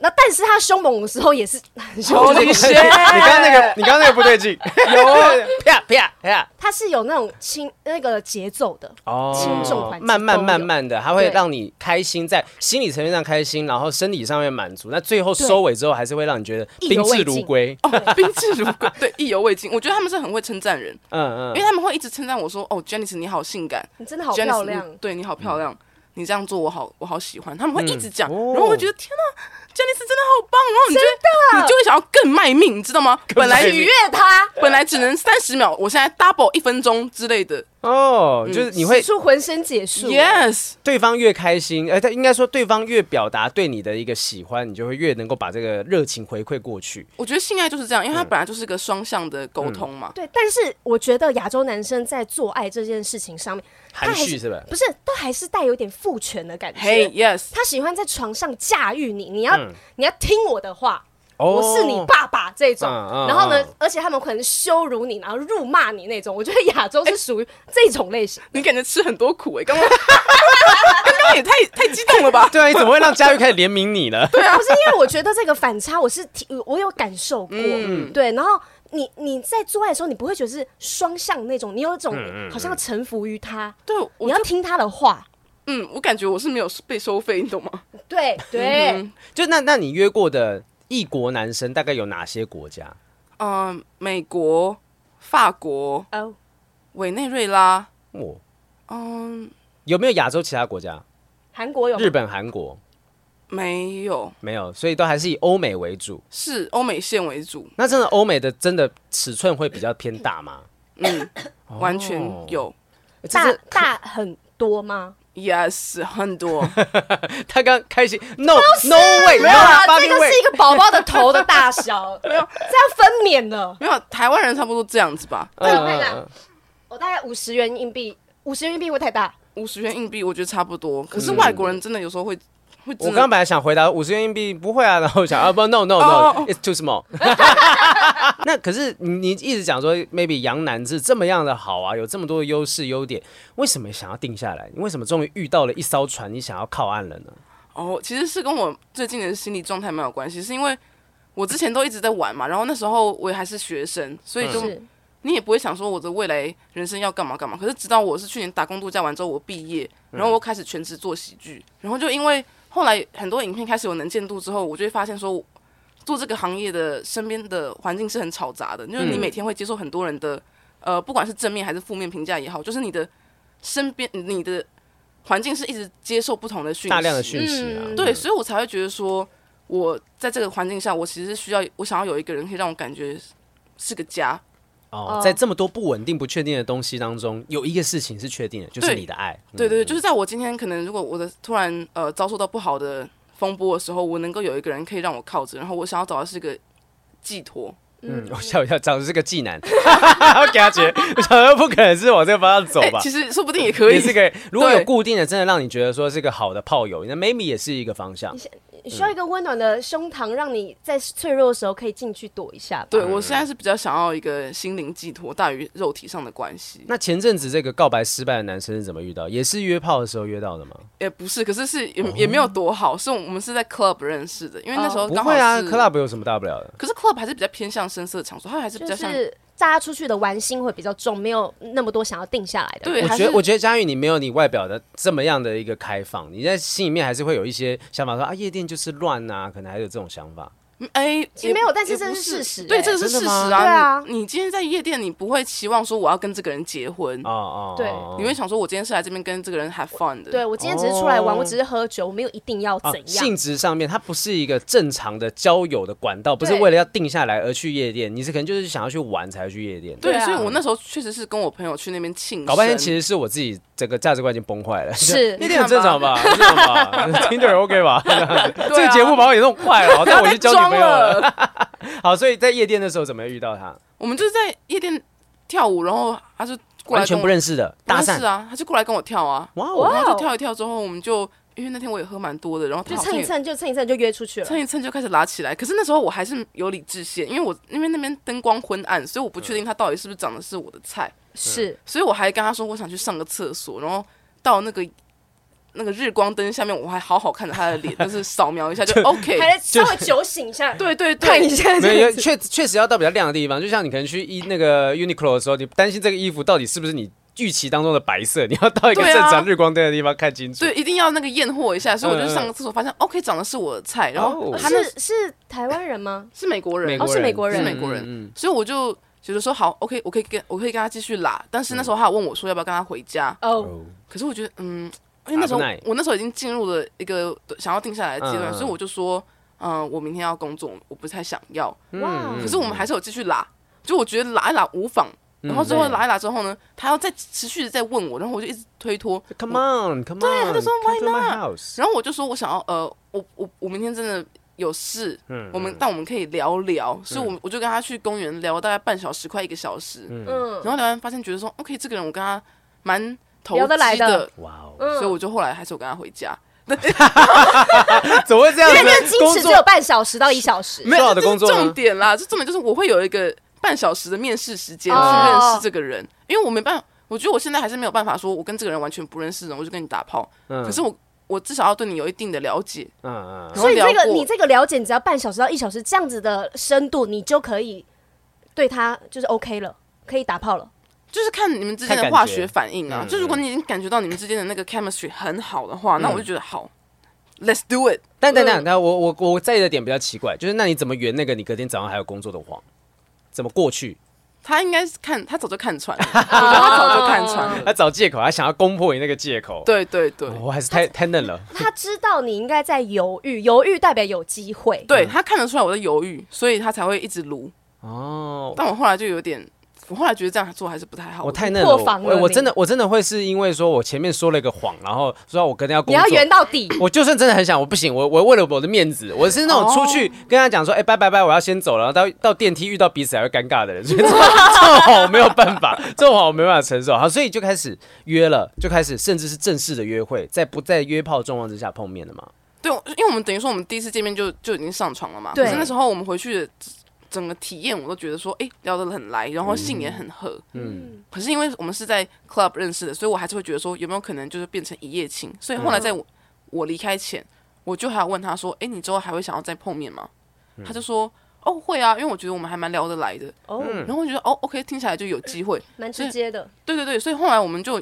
S4: 那但是他凶猛的时候也是 很凶猛，
S3: Holy
S1: 哦你
S3: shit！
S1: 刚刚那个，你刚刚那个不对劲，有啪啪啪
S4: 他是有那种轻那个节奏的，
S1: 哦
S4: 轻重缓急
S1: 慢慢
S4: 都有
S1: 慢慢的，它会
S4: 对
S1: 让你开心，在心理层面上开心，然后身体上面满足，那最后收尾之后还是会让你觉得
S4: 意
S1: 宾
S4: 犹
S1: 至
S4: 未
S1: 如
S4: 尽
S1: 归。
S3: 哦，宾至如归，对，意犹未尽。我觉得他们是很会称赞人，
S1: 嗯嗯
S3: 因为他们会一直称赞我说：“哦 j e n n i c e 你好性感
S4: 你真的好
S3: j e n n i
S4: 漂
S3: c e
S4: 亮。
S3: 对你好漂亮，你这样做我好我好喜欢。”他们会一直
S1: 嗯
S3: 讲，
S1: 哦
S3: 然后我觉得天哪 j e n n i c e 真的好棒，然后你就你就会想要更卖 命，你知道吗？本来
S1: 卖命
S3: 约
S4: 虐他，
S3: 本来只能三十秒，我现在 double 一分钟之类的，
S1: 哦，
S4: 嗯
S1: 就是你会
S4: 使出浑身解
S3: 哦
S4: 数。
S3: Yes，
S1: 对方越开心，呃，他应该说对方越表达对你的一个喜欢，你就会越能够把这个热情回馈过去。
S3: 我觉得性爱就是这样，因为
S1: 嗯
S3: 它本来就是个双向的沟通嘛。
S4: 对，但是我觉得亚洲男生在做爱这件事情上面，他
S1: 含
S4: 还
S1: 蓄是吧
S4: 不是，都还是带有点父权的感觉。
S3: Hey yes，
S4: 他喜欢在床上驾驭你，你要、你要听我的话。
S1: 嗯哦
S4: 我是你爸爸这种，
S1: 嗯嗯
S4: 然后呢
S1: 嗯，
S4: 而且他们可能羞辱你，然后辱骂你那种。我觉得亚洲是属于这种 类型。
S3: 你感觉吃很多苦哎、刚刚 刚刚也太太激动了 吧？
S1: 对啊，你怎么会让佳玉开始怜悯你呢？
S4: 对啊，不是因为我觉得这个反差，我是挺我有感受过。
S1: 嗯
S4: 对，然后你你在做爱的时候，你不会觉得是双向那种，你有一
S1: 嗯
S4: 种好像要臣服于他，
S3: 对，我
S4: 你要听他的话。
S3: 嗯，我感觉我是没有被收费，你懂吗？
S4: 对对，
S1: 就那那你约过的异国男生大概有哪些国家？
S3: 嗯、美国、法国、
S4: 哦，
S3: 委内瑞拉，
S1: 我、
S3: 嗯，
S1: 有没有亚洲其他国家？
S4: 韩国有吗
S1: 日本、韩国
S3: 没有，
S1: 没有，所以都还是以欧美为主。
S3: 是欧美线为主，
S1: 那真的欧美的真的尺寸会比较偏大吗？
S3: 嗯，完全有。
S1: 欸这
S4: 大
S1: 是
S4: 大很多吗？
S3: Yes，很多，
S1: 他刚开心，no no way，
S4: 没有啦，
S1: 八
S4: 这个是一个宝宝的头的大小，没 有，这样分娩的。
S3: 没有台湾人差不多这样子吧，
S4: 这
S1: 嗯
S4: 个
S3: 嗯
S4: 太大我大概五十元硬币，五十元硬币会不会太大？
S3: 五十元硬币我觉得差不多。可是外国人真的有时候会会
S1: 我
S3: 真
S1: 刚刚
S3: 的，
S1: 本来想回答五十元硬币不会啊，然后我想啊不 no no
S3: 哦哦
S1: no it's too small。那可是你你一直讲说 maybe 杨楠是这么样的好啊，有这么多的优势优点，为什么想要定下来？你为什么终于遇到了一艘船，你想要靠岸了呢？
S3: 哦，其实是跟我最近的心理状态蛮有关系，是因为我之前都一直在玩嘛，然后那时候我也还是学生，所
S1: 嗯
S3: 以就、
S4: 是
S3: 你也不会想说我的未来人生要干嘛干嘛。可是直到我是去年打工度假完之后，我毕业，
S1: 嗯
S3: 然后我开始全职做喜剧，然后就因为后来很多影片开始有能见度之后，我就会发现说我，做这个行业的身边的环境是很嘈杂的，
S1: 嗯
S3: 就是你每天会接受很多人的，呃，不管是正面还是负面评价也好，就是你的身边你的环境是一直接受不同的讯息，
S1: 大量的讯息啊，
S4: 嗯
S3: 对，所以我才会觉得说，我在这个环境下，我其实是需要我想要有一个人可以让我感觉是个家，
S1: 哦，
S4: 哦
S1: 在这么多不稳定、不确定的东西当中，有一个事情是确定的，就是
S3: 对
S1: 你的爱。嗯
S3: 对对，对就是在我今天可能如果我的突然呃遭受到不好的风波的时候，我能够有一个人可以让我靠着，然后我想要找的是个寄托。
S1: 嗯，我笑一笑，长得是个技能， 我给他觉得，我想说不可能是往这个方向走
S3: 哎
S1: 吧。
S3: 其实说不定也可以
S1: 也。是个，如果有
S3: 对
S1: 固定的，真的让你觉得说是个好的炮友，那 maybe 也是一个方向。
S4: 你需要一个温暖的胸膛，让你在脆弱的时候可以进去躲一下吧。
S1: 嗯
S3: 对我现在是比较想要一个心灵寄托大于肉体上的关系，
S1: 那前阵子这个告白失败的男生是怎么遇到？也是约炮的时候约到的吗？
S3: 也不是，可是是
S1: 哦
S3: 也也没有多好，是我们是在 club 认识的，因为那时候
S1: 不
S3: 哦刚好
S1: 会
S3: 是、
S1: 啊，club 有什么大不了的？
S3: 可是 club 还是比较偏向深色场所，它还是比
S4: 就
S3: 较像、
S4: 是大家出去的玩心会比较重，没有那么多想要定下来的。
S3: 对，
S1: 我
S3: 还
S1: 觉
S3: 是
S1: 得，我觉得佳玉你没有你外表的这么样的一个开放，你在心里面还是会有一些想法说啊，夜店就是乱啊，可能还有这种想法。
S3: 嗯哎，
S4: 其实
S3: 也
S4: 没有但是
S3: 也
S4: 这
S3: 不
S4: 是事实
S3: 对，
S4: 哎
S3: 这个是
S1: 真的
S3: 事实
S1: 吗
S3: 啊。
S4: 对啊
S3: 你你今天在夜店，你不会期望说我要跟这个人结婚，
S1: 哦哦，
S4: 对
S1: 哦
S3: 你会想说我今天是来这边跟这个人 have fun 的。
S4: 对，我今天只是出来玩，
S1: 哦
S4: 我只是喝酒，我没有一定要
S1: 啊
S4: 怎，样。
S1: 性质上面它不是一个正常的交友的管道，不是
S4: 对
S1: 为了要定下来而去夜店，你是可能就是想要去玩才去夜店。
S3: 对
S4: 对啊
S3: 所以我那时候确实是跟我朋友去那边庆生，
S1: 搞半天其实是我自己整个价值观已经崩坏了，
S4: 是
S1: 那点很正常吧？很正常吧？Tinder OK 吧？这样子
S3: 啊
S1: 这个节目把我也弄坏 了，带
S3: 不
S1: 哦
S3: 要
S1: 我
S3: 再
S1: 去交女
S3: 装
S1: 朋友了。
S3: 了。
S1: 好，所以在夜店的时候怎么遇到他？
S3: 我们就是在夜店跳舞，然后他就过来
S1: 完
S3: 跟
S1: 全
S3: 我
S1: 不认识的搭
S3: 不认识
S1: 讪，
S3: 啊，他就过来跟我跳啊，
S1: 哇
S4: 哇
S1: 哦！
S3: 然后就跳一跳之后，我们就因为那天我也喝蛮多的，然后他
S4: 就
S3: 好像
S4: 蹭一
S3: 也
S4: 蹭，就蹭一蹭就约出去了
S3: 蹭。一蹭就开始拉起来。可是那时候我还是有理智线，因为我因为那边灯光昏暗，所以我不
S1: 嗯
S3: 确定他到底是不是长得是我的菜。
S4: 是，
S3: 所以我还跟他说我想去上个厕所，然后到那个那个日光灯下面，我还好好看着他的脸，就是扫描一下就 OK。
S4: 还稍微酒醒一 下，
S3: 对对
S4: 看一
S3: 对，
S4: 下。
S1: 没 有，确确实要到比较亮的地方，就像你可能去一那个 Uniqlo 的时候，你担心这个衣服到底是不是你预期当中的白色，你要到一个
S3: 对啊
S1: 正常日光灯的地方看清楚。
S3: 对，一定要那个验货一下。所以我就
S1: 嗯嗯
S3: 上个厕所，发现 OK 长得是我的菜，然后
S1: 哦
S3: 他那
S4: 是是台湾人吗？
S3: 是美国人，
S1: 国
S4: 哦是美国
S3: 是
S4: 人
S3: 美国人，
S1: 嗯嗯
S3: 所以我就觉得说好 OK，我可以跟我可以跟他继续拉。但
S1: 嗯
S3: 是那时候他有问我说要不要跟他回家，
S4: 哦，
S1: 哦
S3: 可是我觉得嗯，因为那时候
S1: 打不耐
S3: 我那时候已经进入了一个想要定下来的阶段，
S1: 嗯嗯
S3: 所以我就说嗯、我明天要工作，我不太想要。
S4: 哇
S1: 嗯
S3: 可是我们还是有继续拉，就我觉得拉一拉无妨，然后之后
S1: 对
S3: 拉一拉之后呢，他要再持续的再问我，然后我就一直推脱，
S1: Come on，Come on，
S3: 对他就说
S1: come to
S3: Why
S1: my
S3: not？
S1: house
S3: 然后我就说我想要呃，我我我明天真的有事，
S1: 嗯
S3: 我们但我们可以聊聊，所以我我就跟他去公园聊了大概半小时，快一个小时，
S4: 嗯
S3: 然后聊完发现觉得说 OK，这个人我跟他蛮投机
S4: 聊得来的
S1: 哇哦，
S3: 所以
S4: 嗯，
S3: 我就后来还是我跟他回家。
S1: 怎么会这样
S4: 因
S1: 子
S4: 为那个矜
S1: 工
S4: 持只
S1: 作嗯
S4: 有半小时到一小时，
S1: 没有好的
S3: 这
S1: 工
S3: 是
S1: 作
S3: 重
S1: 吗？
S3: 点啦，这重点就是我会有一个半小时的面试时间去
S4: 哦
S3: 认识这个人，因为我没办法，我觉得我现在还是没有办法说，我跟这个人完全不认识然后我就跟你打炮。
S1: 嗯
S3: 可是我我至少要对你有一定的了解，
S1: 嗯嗯嗯，
S3: 然后
S4: 所以
S3: 聊
S4: 这个
S3: 过
S4: 你这个了解，你只要半小时到一小时这样子的深度，你就可以对他就是 OK 了，可以打炮了。
S3: 就是看你们之间
S1: 看
S3: 的
S1: 感觉
S3: 化学反应啊
S1: 嗯。嗯
S3: 就如果你已经感觉到你们之间的那个 chemistry 很好的话，那我就觉得好，Let's do it。
S1: 但等等，但我我我在意的点比较奇怪，就是那你怎么圆那个你隔天早上还有工作的谎？怎么过去？
S3: 他应该是看他早就看穿了，我 觉得他早就看穿
S4: 哦
S3: 了。
S1: 他找借口，他想要攻破你那个借口。
S3: 对对对
S1: 哦，，我还是太太嫩了。
S4: 他知道你应该在犹豫，犹豫代表有机会。
S3: 对他看得出来我在犹豫，所以他才会一直撸。
S1: 哦，
S3: 但我后来就有点，我后来觉得这样做还是不太好。
S1: 我太
S3: 就
S1: 嫩了，
S4: 破防了
S1: 我我
S4: 你
S1: 真的我真的会是因为说我前面说了一个谎，然后说我跟他要工
S4: 你
S1: 作
S4: 要，圆到底。
S1: 我就算真的很想，我不行，我我为了我的面子，我是那种出
S3: 哦
S1: 去跟他讲说，哎、拜拜拜，我要先走了，然后到到电梯遇到彼此还会尴尬的人，所以这种这种话我没有办法，这种话我没办法承受，好，所以就开始约了，就开始甚至是正式的约会，在不在约炮状况之下碰面的嘛，
S3: 对，因为我们等于说我们第一次见面就就已经上床了嘛。
S4: 对
S3: 可是那时候我们回去的整个体验，我都觉得说，哎，聊得很来，然后性也很合。
S1: 嗯
S3: 可是因为我们是在 club 认识的，所以我还是会觉得说，有没有可能就是变成一夜情？所以后
S1: 嗯
S3: 来在我、我离开前，我就还要问他说，哎，你之后还会想要再碰面吗？他
S1: 嗯
S3: 就说。哦，会啊，因为我觉得我们还蛮聊得来的，
S4: 哦，
S3: 然后我觉得哦，OK，听起来就有机会。
S4: 蛮直接的。
S3: 对对对，所以后来我们就，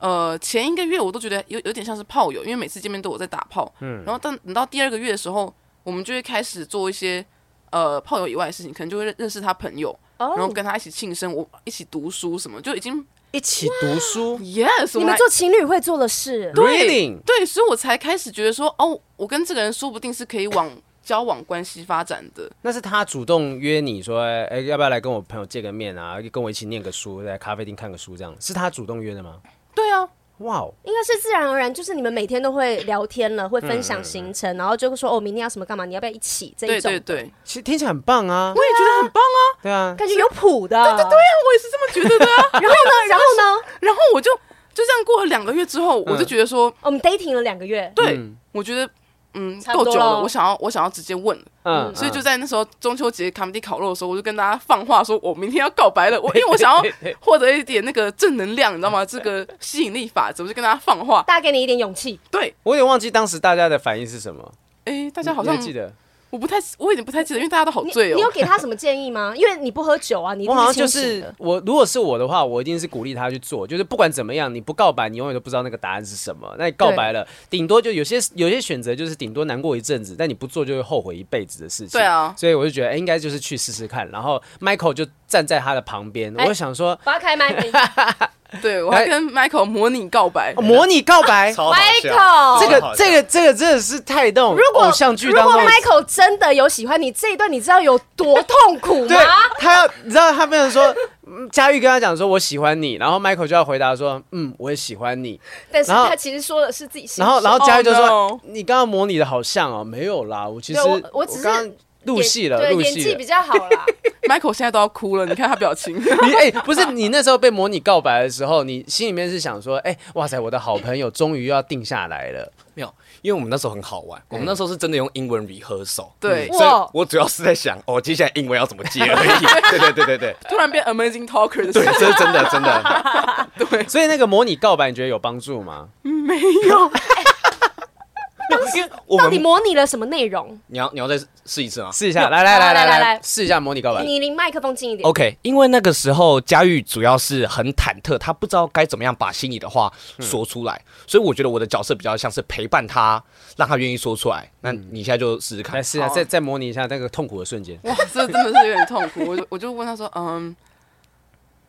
S3: 呃，前一个月我都觉得有有点像是炮友，因为每次见面都有在打炮，嗯，然后但等到第二个月的时候，我们就会开始做一些呃炮友以外的事情，可能就会认认识他朋友，然后
S4: 哦，
S3: 跟他一起庆生，我一起读书什么，就已经
S1: 一起读书
S3: yes，我
S4: 你们
S3: 还
S4: 做情侣会做的事，
S1: ，reading，
S3: 对，所以我才开始觉得说，哦，我跟这个人说不定是可以往交往关系发展的，
S1: 那是他主动约你说，哎、哎要不要来跟我朋友见个面啊，跟我一起念个书，在咖啡厅看个书，这样是他主动约的吗？
S3: 对啊，
S1: 哇哦！
S4: 应该是自然而然，就是你们每天都会聊天了，会分享行程，然后就会说哦，明天要什么干嘛，你要不要一起这
S3: 对
S4: 一种，
S3: 对对，
S1: 其实听起来很棒啊，
S3: 我也觉得很棒啊，
S1: 对啊，
S4: 感觉有谱的。对对对。
S3: 我也是这么觉得的啊、
S4: 然后嗯呢，然后呢，
S3: 然后我就就这样过了两个月之后，我就觉得说。
S4: 我们 dating 了两个月，
S3: 对，我觉得嗯
S4: 差不
S3: 够
S4: 多
S3: 久
S4: 咯
S3: 了，我想要我想要直接问了，
S1: 嗯，
S3: 所以就在那时候中秋节卡米蒂烤肉的时候，我就跟大家放话说，我明天要告白 了，我因为我想要获得一点那个正能量，你知道吗？这个吸引力法则，我就跟大家放话。
S4: 大家给你一点勇气。
S3: 对，
S1: 我有点忘记当时大家的反应是什么，
S3: 哎，大
S1: 大
S3: 家好像
S1: 记得，
S3: 我不太，我有点不太记得，因为大家都好
S4: 你
S3: 醉
S4: 你有
S3: 哦。
S4: 给他什么建议吗？因 为你不喝酒啊，你一
S1: 我
S4: 定
S1: 好像就
S4: 清醒
S1: 是
S4: 的
S1: 我，如果是我的话，我一定是鼓励他去做，就是不管怎么样，你不告白，你永远都不知道那个答案是什么。那你告白了，顶多就有些有些选择就是顶多难过一阵子，但你不做就会后悔一辈子的事情。
S3: 对啊
S1: 所以我就觉得，哎、应该就是去试试看。然后 Michael 就站在他的旁边，我
S4: 哎
S1: 就想说，
S4: 把他开麦
S3: 对，我还跟 Michael 模拟告白
S1: 哦，模拟告白，
S5: 超好笑。
S4: ，Michael。
S1: 这
S5: 超好
S1: 个
S5: 笑
S1: 这个这个真的是太动
S4: 如果
S1: 偶像剧
S4: 如
S1: 当
S4: 果
S1: 中的
S4: Michael 真的有喜欢你这一段，你知道有多痛苦吗
S1: 对？他要，你知道他变成说，嗯佳玉跟他讲说我喜欢你，然后 Michael 就要回答说，嗯，我也喜欢你。
S4: 但是
S1: 然后
S4: 他其实说的是自己心
S1: 然后，
S4: 声
S1: 然后佳玉就说，
S3: Oh no
S1: 你刚刚模拟的好像哦，没有啦，我其实
S4: 对我我只是
S1: 刚刚入戏了，
S4: 演
S1: 入
S4: 对，演
S1: 戏
S4: 技
S1: 了
S4: 比。较好啦。
S3: ，Michael 现在都要哭了，你看他表情。
S1: 你哎、不是你那时候被模拟告白的时候，你心里面是想说，哎、哇塞，我的好朋友终于要定下来了。
S5: 没有，因为我们那时候很好玩，我们那时候是真的用英文 rehearsal，嗯
S3: 对
S5: 所
S4: 哇
S5: 以我主要是在想，哦，接下来英文要怎么接而 已。对对对对对，
S3: 突然变 Amazing Talker 的
S5: 对，
S3: 事，
S5: 这是真的真的。
S1: 所以那个模拟告白，你觉得有帮助吗？
S3: 没 有，
S5: 因为我
S4: 到底
S5: 们
S4: 模拟了什么内容？
S5: 你要你要再试一次吗
S1: 试一下，来来来来
S4: 好来
S1: 来
S4: 来来，
S1: 试一下模拟告白。
S4: 你离麦克风近一点。
S5: ？OK，因为那个时候佳玉主要是很忐忑，她不知道该怎么样把心里的话说出来，所以我觉得我的角色比较像是陪伴她，让她愿意说出来。那你现在就嗯试试看
S1: 来。试一下，
S3: 好啊
S1: 再再模拟一下那个痛苦的瞬间。
S3: 哇，这真的是有点痛苦。我就我就问他说，嗯，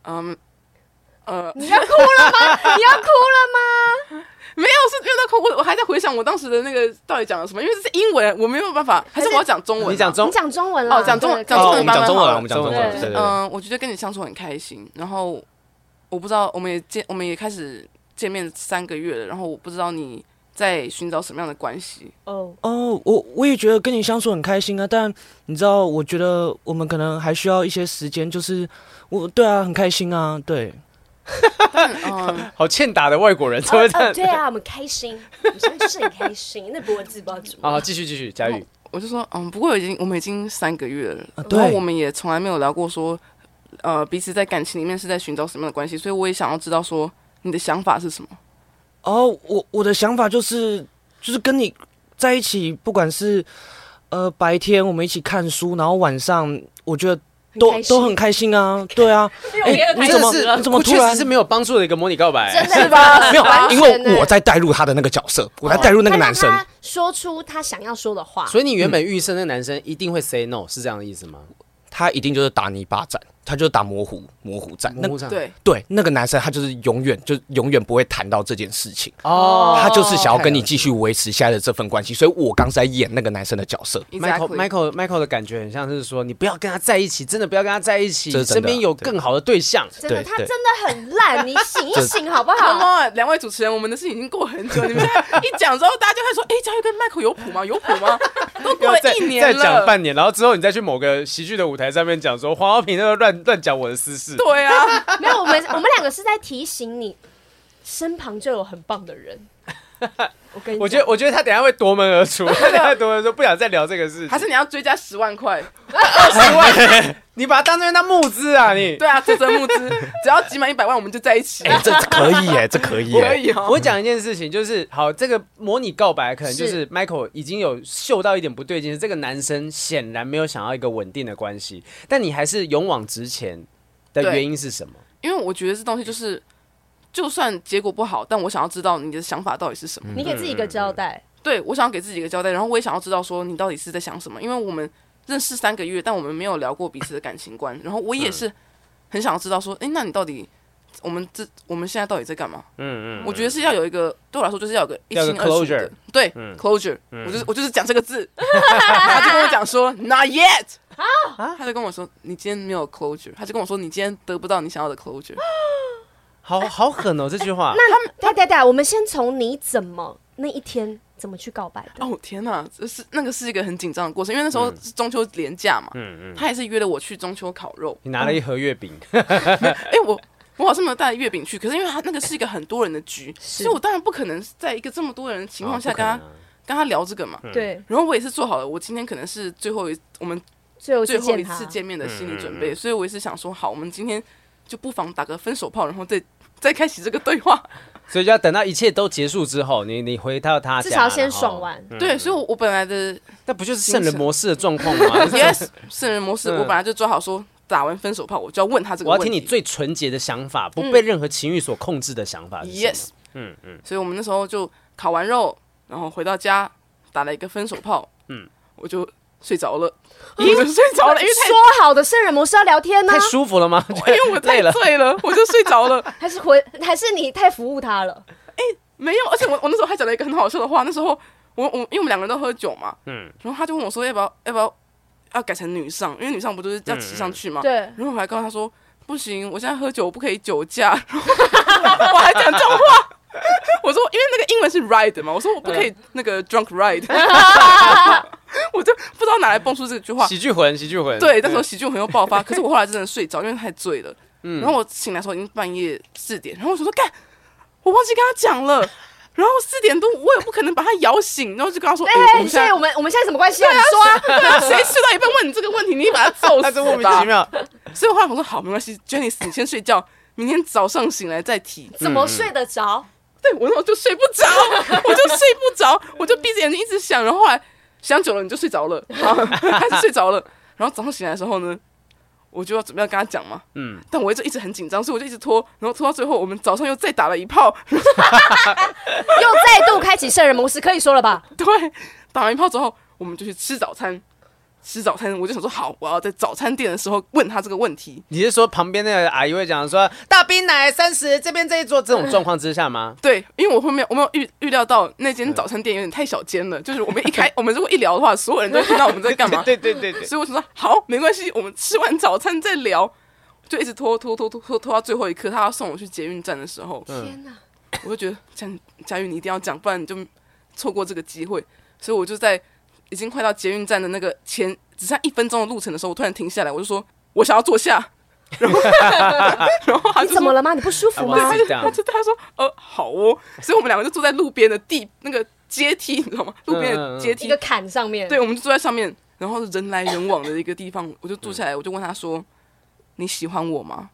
S3: 嗯，呃，呃
S4: 你要哭了吗？你要哭了吗？
S3: 没有，是因为那口我我还在回想我当时的那个到底讲了什么，因为这是英文，我没有办法，还是我要讲中文啊。
S1: 你讲中
S4: 你讲中文了，
S3: 哦讲中文
S4: 对
S3: 讲中
S5: 哦，我
S3: 文
S5: 们
S3: 吧
S5: 讲中文
S3: 好
S5: 了，
S3: 了
S5: 我们讲中文
S4: 对
S5: 了，对对对。
S3: 嗯，我觉得跟你相处很开心。然后我不知道，我们也见，我们也开始见面三个月了。然后我不知道你在寻找什么样的关系。
S4: 哦，
S5: 哦，我我也觉得跟你相处很开心啊，但你知道，我觉得我们可能还需要一些时间，就是我对啊，很开心啊，对，
S3: 但嗯，
S1: 好欠打的外国 人，怎么
S4: 哦
S1: 会这
S4: 哦对
S1: 样？
S4: 啊，我们开心，我们现在就是很开心，那脖子不知道怎么。
S1: 好，继续继续，佳宇，
S3: 我就说，嗯，不过已经我们已经三个月了，
S5: 啊对
S3: 然后我们也从来没有聊过说，呃，彼此在感情里面是在寻找什么样的关系。所以我也想要知道说你的想法是什么。
S5: 哦，我我的想法就是，就是跟你在一起，不管是呃白天我们一起看书，然后晚上我觉得都
S4: 开心
S5: 都很开心啊，对啊，
S1: 哎
S4: 哎
S2: 我也很
S5: 你
S2: 开
S5: 怎
S2: 心
S1: 真的
S5: 么
S1: 是
S5: 你怎么突
S1: 确
S5: 然
S1: 实是没有帮助的一个模拟告白，
S4: 真的
S5: 吧？ 没有
S4: 完，全哦
S5: 因为我在带入他的那个角色，我在带入那个男生
S4: 欸他。让他说出他想要说的话，
S1: 所以你原本预设那个男生一定会 say no，是这样的意思吗？
S5: 他一定就是打你一巴掌，他就是打模糊模糊战。那
S1: 模糊上
S3: 对，
S5: 对那个男生，他就是永远就永远不会谈到这件事情，
S1: 哦
S5: 他就是想要跟你继续维持现在的这份关系。所以我刚才演那个男生的角色，
S1: Michael
S3: exactly
S1: Michael Michael 的感觉很像是说，你不要跟他在一起，真的不要跟他在一起，
S5: 这是真的啊
S1: 身边有更好的对象。
S4: 真的
S5: 对
S4: 他
S5: 对
S4: 真的很烂，你醒一醒好不
S1: 啊
S3: 好
S4: 好？
S3: 嘛，两位主持人，我们的事情已经过很久，你们现在一讲之后，大家就会说：“哎、佳玉跟 Michael 有谱吗？有谱 吗？”都过了
S1: 再
S3: 一年
S1: 再
S3: 了，
S1: 讲半年，然后之后你再去某个喜剧的舞台上面讲说黄浩平那个乱乱讲我的私事，
S3: 对啊，
S4: 没有，我们我们两个是在提醒你，身旁就有很棒的人。我跟你讲，
S1: 我觉得我觉得他等一下会夺门而出，他等一下夺门说不想再聊这个事
S3: 还
S1: 情，
S3: 是你要追加十万 块？
S1: 你把他当成他募资啊你。
S3: 对啊，做成募资，只要集满一百万，我们就在一起。
S5: 哎、这这可以耶，这可以耶，
S3: 可以哦，
S1: 我讲一件事情，就是好，这个模拟告白可能就是是 Michael 已经有嗅到一点不对劲，这个男生显然没有想要一个稳定的关系，但你还是勇往直前的
S3: 对
S1: 原因是什么？
S3: 因为我觉得这东西就是，就算结果不好，但我想要知道你的想法到底是什么。
S4: 你给自己一个交代，
S3: 对我想要给自己一个交代，然后我也想要知道说你到底是在想什么，因为我们认识三个月，但我们没有聊过彼此的感情观，然后我也
S1: 嗯
S3: 是很想要知道说，哎、那你到底我们这我们现在到底在干嘛？嗯嗯，我觉得是要有一个对我来说就是要有个一
S1: 要有
S3: 清
S1: 个
S3: 二楚的
S1: closure，嗯
S3: 对 closure，我就是我就是讲这个字，他就跟我讲说 not yet。啊！他就跟我说：“你今天没有 closure。”他就跟我说：“你今天得不到你想要的 closure。
S1: 好好狠哦，这句话。
S4: 对对对，我们先从你怎么那一天怎么去告白”的，
S3: 哦天哪，这是那个是一个很紧张的过程，因为那时候
S1: 嗯
S3: 是中秋连假嘛，他也是约了我去中秋烤肉，
S1: 你拿了一盒月饼，
S3: 哎、我我好像没有带月饼去，可是因为他那个是一个很多人的局，所以我当然不可能在一个这么多人的情况下跟
S1: 哦
S3: 他、
S1: 不可能啊
S3: 跟他聊这个嘛。
S4: 对，
S3: 然后我也是做好了，我今天可能是最后一我们
S4: 最后
S3: 最
S4: 去
S3: 后
S4: 见
S3: 一
S4: 他
S3: 次。见面的心
S1: 嗯
S3: 理准备，所以我也是想说，好，我们今天就不妨打个分手炮，然后再再开启这个对话。
S1: 所以就要等到一切都结束之后，你你回到他家，
S4: 至少要先
S1: 然后
S4: 爽。完，
S1: 嗯
S3: 对，所以我，我本 来的
S1: 那不就是圣人模式的状况吗？就是
S3: yes 圣人模式，
S1: 嗯
S3: 我本来就抓好说，打完分手炮，我就要问他这个
S1: 我要
S3: 问
S1: 听你
S3: 题。
S1: 最纯洁的想法，不被任何情欲所控制的想啊法是什么。
S3: Yes，嗯嗯，所以我们那时候就烤完肉，然后回到家打了一个分手炮，嗯，我就睡着了， 我就睡着哦了，因为太
S4: 说好的圣人模式要聊天呢
S1: 哎太，舒服了吗？因
S3: 因为我
S1: 累
S3: 太
S1: 了，
S3: 醉了，我就睡着了。
S4: 还是回还是你太服务他了？
S3: 没有，而且我我那时候还讲了一个很好笑的话，那时候我我因为我们两个人都喝酒嘛，嗯，然后他就问我说要不要要不要要改成女上，因为女上不就是要骑上去嘛，
S4: 对，
S3: 然后我还告诉他说不行，我现在喝酒我不可以酒驾， 然后 我还讲这种话。 我说，因为那个英文是 ride 嘛，我说我不可
S1: 嗯
S3: 以那个 drunk ride，我就不知道哪来蹦出这句话。
S1: 喜剧魂，喜剧魂。
S3: 对，那时候喜剧很有爆发，可是我后来真的睡着，因为太醉了。
S1: 嗯
S3: 然后我醒来的时候已经半夜四点，然后我想说干，我忘记跟他讲了。然后四点多，我也不可能把他摇醒，然后就跟他说：“哎、我
S4: 哎，
S3: 们
S4: 所
S3: 现
S4: 以
S3: 在
S4: 我们我们现在什么关系啊？你说啊，
S3: 对啊，谁睡到一半问你这个问题，你把他揍
S1: 他是莫
S3: 死
S1: 名
S3: 吧
S1: 其。妙。”
S3: 所以我后来我说：“好，没关系，Jenny，你先睡觉， 明天早上醒来再提。”
S4: 怎么睡得着？
S3: 对我那时候就睡不着， 我就睡不着，我就闭着眼睛一直想，然后后来想久了你就睡着了， 然后开始睡着了，然后早上醒来的时候呢，我就要准备要跟他讲嘛，嗯，但我就一直很紧张，所以我就一直拖，然后拖到最后，我们早上又再打了一炮，
S4: 又再度开启圣人模式，可以说了吧？
S3: 对，打完一炮之后，我们就去吃早餐，吃早餐，我就想说好，我要在早餐店的时候问他这个问题。
S1: 你是说旁边那个阿姨会讲说大冰奶三十，这边这一桌这种状况之下 吗？
S3: 对，因为我后面我没有预预料到那间早餐店有点太小间了，就是我们 一开我们如果一聊的话，所有人都会听到我们在干嘛。
S1: 对对对 对，
S3: 所以我想说好，没关系，我们吃完早餐再聊。就一直拖拖拖拖拖拖到最后一刻，他要送我去捷运站的时候，
S1: 嗯
S4: 天哪！
S3: 我就觉得讲佳玉你一定要讲，不然你就错过这个机会。所以我就在已经快到捷运站的那个前只剩一分钟的路程的时候，我突然停下来，我就说我想要坐下。 然后，然后他
S4: 你
S3: 就
S4: 怎么
S3: 说
S4: 了吗？你不舒服
S1: 啊
S4: 吗
S1: 我
S3: 他
S1: 是？
S3: 就
S1: 这样
S3: 他就他说呃好哦，所以我们两个就坐在路边的地那个阶梯，你知道吗？路边
S1: 嗯嗯
S3: 的
S1: 嗯
S3: 阶
S4: 一
S3: 梯
S4: 个，坎上面，
S3: 对，我们就坐在上面，然后人来人往的一个地方，我就坐下来，我就问他说：“你喜欢我吗？”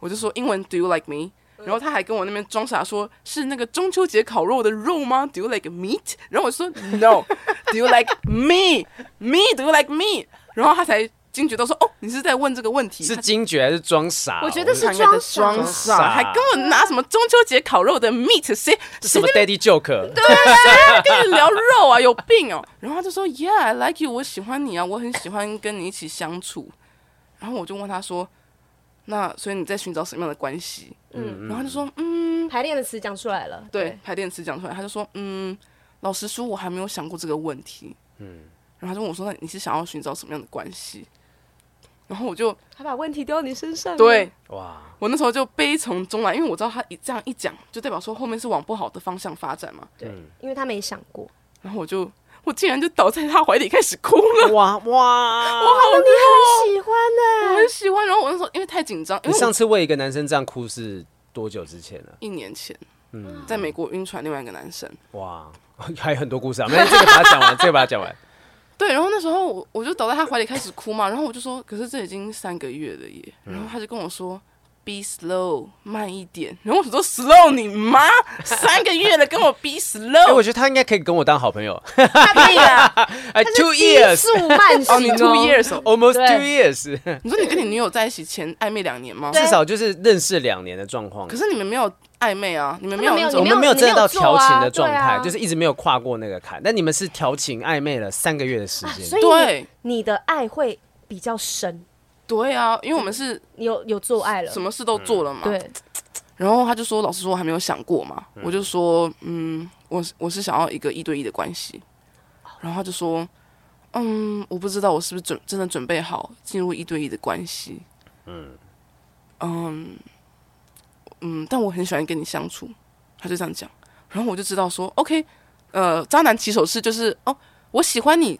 S3: 我就说英文 “Do you like me？” 然后他还跟我那边装傻说：“是那个中秋节烤肉的肉吗？Do you like meat？” 然后我说：“No，Do you like me？Me？Do you like me？” 然后他才惊觉到说：“哦，你是在问这个问题。”
S1: 是惊觉还是装傻？
S4: 我觉得是
S3: 他应该在
S4: 装
S3: 装
S1: 傻
S3: 傻，还跟我拿什么中秋节烤肉的 meat？谁
S1: 这什么 daddy joke？
S3: 跟你聊肉啊，有病哦。然后他就说，Yeah, I like you，我喜欢你啊，我很喜欢跟你一起相处。然后我就问他说，那所以你在寻找什么样的关系？嗯，然后他就说，嗯，
S4: 排练的词讲出来了。
S3: 对，，排练词讲出来，他就说，嗯，老实说，我还没有想过这个问题。嗯，然后他就问我说，那你是想要寻找什么样的关系？然后我就
S4: 他把问题丢到你身上。
S3: 对，
S1: 哇，
S3: 我那时候就悲从中来，因为我知道他一这样一讲，就代表说后面是往不好的方向发展嘛。
S4: 对，因为他没想过。
S3: 然后我就我竟然就倒在他怀里开始哭了。
S1: 哇哇！
S4: 哦，你很喜欢
S3: 我
S4: 呢。
S3: 很喜欢。然后我那时候因为太紧张，因
S1: 你
S3: 为
S1: 上
S3: 我
S1: 次为一个男生这样哭是多久之前了？
S3: 一年前，
S1: 嗯
S3: 在美国晕船另外一个男生。
S1: 哇， 还有很多故事啊！没有，这个把它讲 完，这个把它讲完。
S3: 对，然后那时候我我就倒在他怀里开始哭嘛，然后我就说，可是这已经三个月了耶。
S1: 嗯
S3: 然后他就跟我说。Be slow，慢一点。然后我说 slow 你妈，三个月了，跟我 be
S1: 哎、我
S3: slow，
S1: 觉得他应该可以跟我当好朋友。
S3: 他可以啊。
S1: 哎，two years,
S4: 速慢行
S3: 哦，你 two years，哦
S1: almost two
S4: 对
S1: years，
S3: 你说你跟你女友在一起前暧昧两年吗？
S1: 至少就是认识两年的状况
S3: 可。是你们没有暧昧啊，你们没
S4: 他
S3: 有
S4: 们没有
S3: 那
S1: 我
S3: 种
S1: 们没有真的到调情的状
S4: 你没有做
S1: 态，
S4: 啊
S1: 就是一直没有跨过那个坎。但你们是调情暧昧了三个月的时
S4: 啊
S1: 间，
S4: 所以
S3: 对
S4: 你你的爱会比较深，
S3: 对啊，因为我们是
S4: 你有有做爱了
S3: 什。么事都做了嘛。
S4: 对，
S3: 然后他就说：“老实说，我还没有想过嘛。我就说：“嗯，我是我是想要一个一对一的关系。”然后他就说：“嗯，我不知道我是不是准真的准备好进入一对一的关系。”嗯嗯但我很喜欢跟你相处。他就这样讲，然后我就知道说：“OK，呃，渣男起手式就是哦，我喜欢你，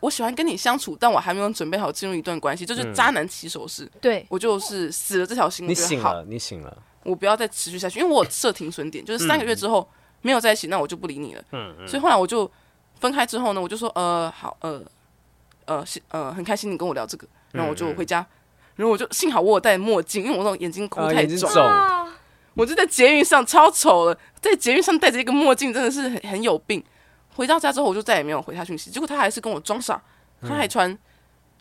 S3: 我喜欢跟你相处，但我还没有准备好进入一段关系，这就是渣男起手式。
S4: 对，
S3: 我就是死了这条心，
S1: 嗯你
S3: 我觉得
S1: 醒
S3: 好。
S1: 了，你醒了。
S3: 我不要再持续下去，因为我有设停损点，就是三
S1: 嗯
S3: 个月之后没有在一起，那我就不理你了。所以后来我就分开之后呢，我就说呃好呃呃是呃很开心你跟我聊这个，
S1: 嗯
S3: 然后我就回家，然后我就幸好我有戴墨镜，因为我那种眼睛哭
S1: 啊
S3: 太
S1: 眼睛
S3: 肿，
S1: 肿
S3: 哦我就在捷运上超丑了，在捷运上戴着一个墨镜真的是很很有病。回到家之后我就再也没有回他讯息，结果他还是跟我装傻，他还传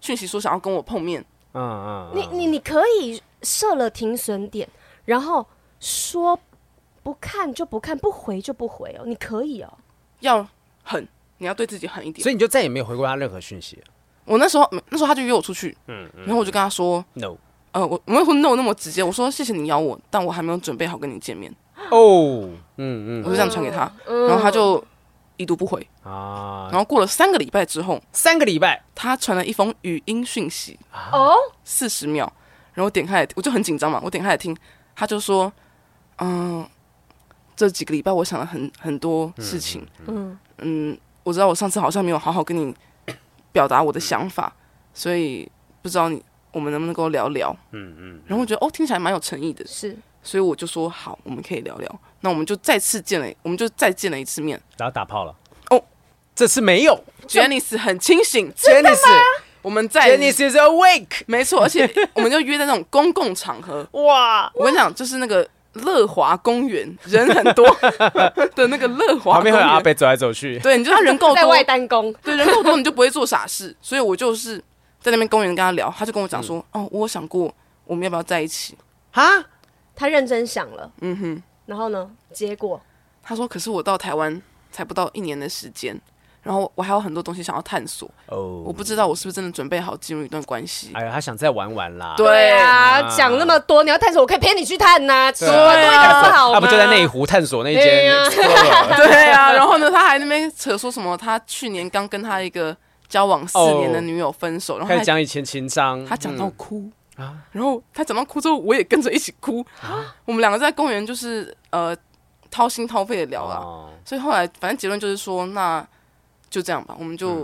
S3: 讯息说想要跟我碰面，
S1: 嗯嗯，嗯
S4: 你你你可以设了停损点，然后说不看就不看，不回就不回哦，你可以哦。
S3: 要狠，你要对自己狠一点。
S1: 所以你就再也没有回过他任何讯息了。
S3: 我那时候那时候他就约我出去，
S1: 嗯
S3: 然后我就跟他说，
S1: No，
S3: 呃，我我没有说 no 那么直接，我说谢谢你邀我，但我还没有准备好跟你见面，
S1: 哦，嗯嗯
S3: 我就这样传给他，然后他就已读不回，
S1: 啊
S3: 然，后过了三个礼拜之后，
S1: 三个礼拜，
S3: 他传了一封语音讯息，
S1: 啊
S4: 哦，
S3: 四十秒，然后我点开来，我就很紧张嘛，我点开来听，他就说，嗯、这几个礼拜我想了很很多事情，
S4: 嗯，
S3: 嗯，我知道我上次好像没有好好跟你表达我的想法，所以不知道你我们能不能够聊聊。嗯嗯。然后我觉得哦，听起来蛮有诚意的，
S4: 是
S3: 所以我就说好，我们可以聊聊。那我们就再次见了，我们就再见了一次面。
S1: 然后打炮了。
S3: 哦，
S1: 这次没有
S3: Janice 很清醒，
S1: ，Janice，Janice
S3: 我们在
S1: is awake。
S3: 没错，而且我们就约在那种公共场合。
S1: 哇，
S3: 我跟你讲，就是那个乐华公园人很 多的那个乐
S1: 旁
S3: 华公
S1: 边还有阿
S3: 园。
S1: 北走来走去。
S3: 对，你就他人够
S4: 在
S3: 多
S4: 外，单工，
S3: 对，人够多你就不会做傻事，所以我就是在那边公园跟他聊，他就跟我
S1: 嗯
S3: 讲说，哦，我有想过我们要不要在一起。
S1: 哈，
S4: 他认真想了，
S3: 嗯哼，
S4: 然后呢，结果
S3: 他说，可是我到台湾才不到一年的时间，然后我还有很多东西想要探索，
S1: 哦
S3: 我不知道我是不是真的准备好进入一段关系。
S1: 哎呀，他想再玩玩啦。
S3: 对
S4: 啊
S1: 啊，
S4: 讲那么多，你要探索，我可以陪你去探呐，奇怪，多
S3: 对
S4: 一
S3: 啊
S4: 个不好吗？
S1: 他不就在内湖探索那
S4: 对啊
S1: 间
S4: 呀
S1: Explorer？
S3: 对啊，然后呢，他还那边扯说什么，他去年刚跟他一个交往四年的女友分手，然后
S1: 哦开
S3: 他
S1: 始讲以前情章，
S3: 他讲到哭、
S1: 啊
S3: 然后他讲到哭之后，我也跟着一起哭。我们两个在公园就是呃掏心掏肺的聊啦、
S1: 哦
S3: 所以后来反正结论就是说，那就这样吧，我们就，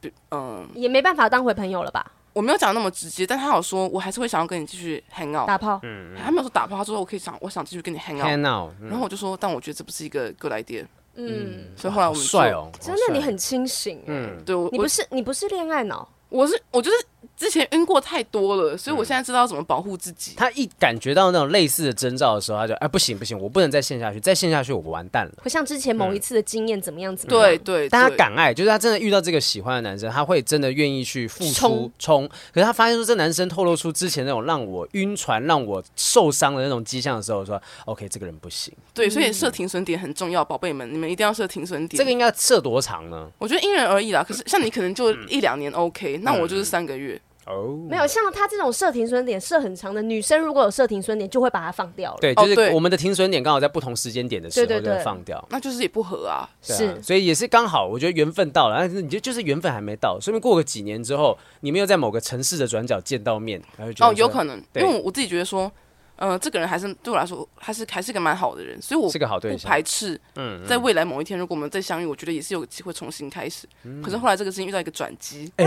S3: 比嗯、
S4: 也没办法当回朋友了吧？
S3: 我没有讲那么直接，但他有说我还是会想要跟你继续 hang out，
S4: 打炮，
S1: 嗯
S3: 他没有说打炮，他说我可以想我想继续跟你 hang out，
S1: ，Can Now，嗯
S3: 然后我就说，但我觉得这不是一个 good idea，
S4: 嗯，
S3: 所以后来我们就
S1: 帅，哦，
S4: 真
S1: 好
S4: 的
S1: 帅
S4: 你很清醒，嗯，
S3: 对我
S4: 你
S3: 我
S4: 不是你不是恋爱脑，
S3: 我是我就是之前晕过太多了，所以
S1: 嗯
S3: 我现在知道怎么保护自己。
S1: 他一感觉到那种类似的征兆的时候，他就哎不行不行，我不能再陷下去，再陷下去我完蛋了。
S4: 不像之前
S1: 嗯
S4: 某一次的经验怎么样怎么样。
S3: 对对，
S1: 但他
S3: 对，
S1: 敢爱，就是他真的遇到这个喜欢的男生，他会真的愿意去付出
S4: 冲
S1: 冲。可是他发现说，这男生透露出之前那种让我晕船、让我受伤的那种迹象的时候，说 OK，这个人不行。
S3: 对，所以设停损点很重要，宝贝们，你们一定要设停损点。
S1: 这个应该设多长呢？
S3: 我觉得因人而异啦。
S1: 嗯
S3: 可是像你可能就一两年 OK，那我就是三个月。
S1: 哦，
S4: 没有像他这种设停损点设很长的女生，如果有设停损点，就会把它放掉了。
S1: 对，
S3: 哦
S1: 就是
S3: 对
S1: 我们的停损点刚好在不同时间点的时候
S4: 对
S1: 就
S4: 对对
S1: 放掉。
S3: 那就是也不合啊，
S1: 对啊
S4: 是
S1: 所以也是刚好，我觉得缘分到了，但是你就就是缘分还没到，说明过个几年之后，你们又在某个城市的转角见到面，然后就觉得
S3: 哦，有
S1: 说
S3: 可能，因
S1: 啊对
S3: 为我自己觉得说，呃，这个人还是对我来说，还是还是个蛮好的人，所以我
S1: 是个好对
S3: 不
S1: 象
S3: 排斥。嗯，在未来某一天，如果我们再相遇，我觉得也是有机会重新开始。
S1: 嗯
S3: 可是后来这个事情遇到一个转机，
S1: 哎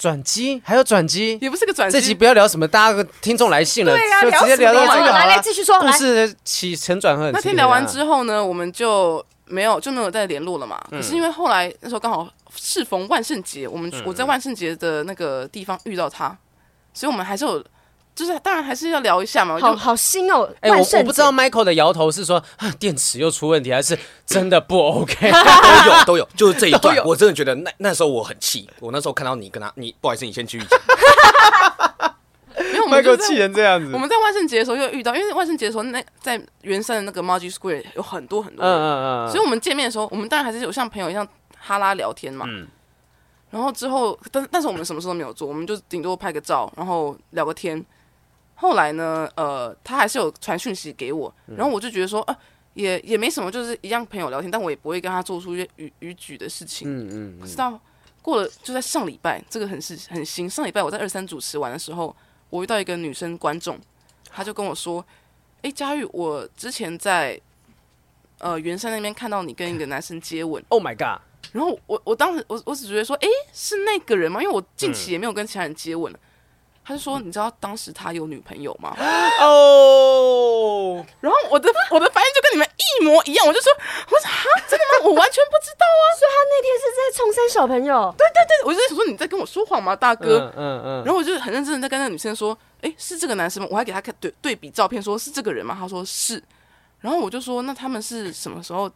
S1: 转机，还有转机，
S3: 也不是个转
S1: 这集
S3: 机，
S1: 不要聊什么，大家听众来信了，
S4: 对呀
S1: 就直接
S4: 聊
S1: 聊
S4: 什么
S1: 到
S4: 呀
S1: 这个好
S4: 来来
S1: 了。
S4: 继续说，
S1: 故
S4: 来
S1: 事的起承转合很
S3: 那
S1: 刺激啊。
S3: 天聊完之后呢，我们就没有就没有再联络了嘛。
S1: 嗯
S3: 可是因为后来那时候刚好适逢万圣节，我
S1: 嗯
S3: 们我在万圣节的那个地方遇到他，所以我们还是有，就是当然还是要聊一下嘛。我就
S4: 好好新哦，
S1: 哎、我
S4: 万
S1: 我
S4: 圣
S1: 不
S4: 节
S1: 知道 Michael 的摇头是说啊电池又出问题，还是真的不 OK？
S5: 都有都有，就是这一
S1: 都
S5: 段
S1: 有，
S5: 我真的觉得那那时候我很气，我那时候看到你跟他，你不好意思，你先继续讲。
S3: 没有我们就在
S1: 成这样子
S3: 我们在万圣节的时候又遇到，因为万圣节的时候那在圆山的那个 Magic Square 有很多很多
S1: 嗯
S3: 人，
S1: 嗯嗯，
S3: 所以我们见面的时候，我们当然还是有像朋友一样哈拉聊天嘛。
S1: 嗯
S3: 然后之后，但但是我们什么事都没有做，我们就顶多拍个照，然后聊个天。后来呢，呃，他还是有传讯息给我，
S1: 嗯
S3: 然后我就觉得说，啊，也也没什么，就是一样朋友聊天，但我也不会跟他做出越逾逾矩的事情。
S1: 嗯嗯嗯
S3: 直到过了就在上礼拜，这个很是很新。上礼拜我在二三主持完的时候，我遇到一个女生观众，她就跟我说：“哎、佳玉，我之前在呃圆山那边看到你跟一个男生接吻。
S1: ，Oh my god！”
S3: 然后我我当时我我只觉得说：“哎、是那个人吗？”因为我近期也没有跟其他人接吻了。他就说：“你知道当时他有女朋友吗？”
S1: 哦，
S3: 然后我的我的反应就跟你们一模一样，我就说：“我说哈，真的吗？我完全不知道啊！”
S4: 所以他那天是在冲山小朋友，对，
S3: 但是我就在想说你在跟我说谎吗，大哥？
S1: 嗯嗯嗯，
S3: 然后我就很认真的在跟那个女生说，诶，是这个男生吗？我还给她看对对比照片，说是这个人吗？她说是。然后我就说，那他们是什么时候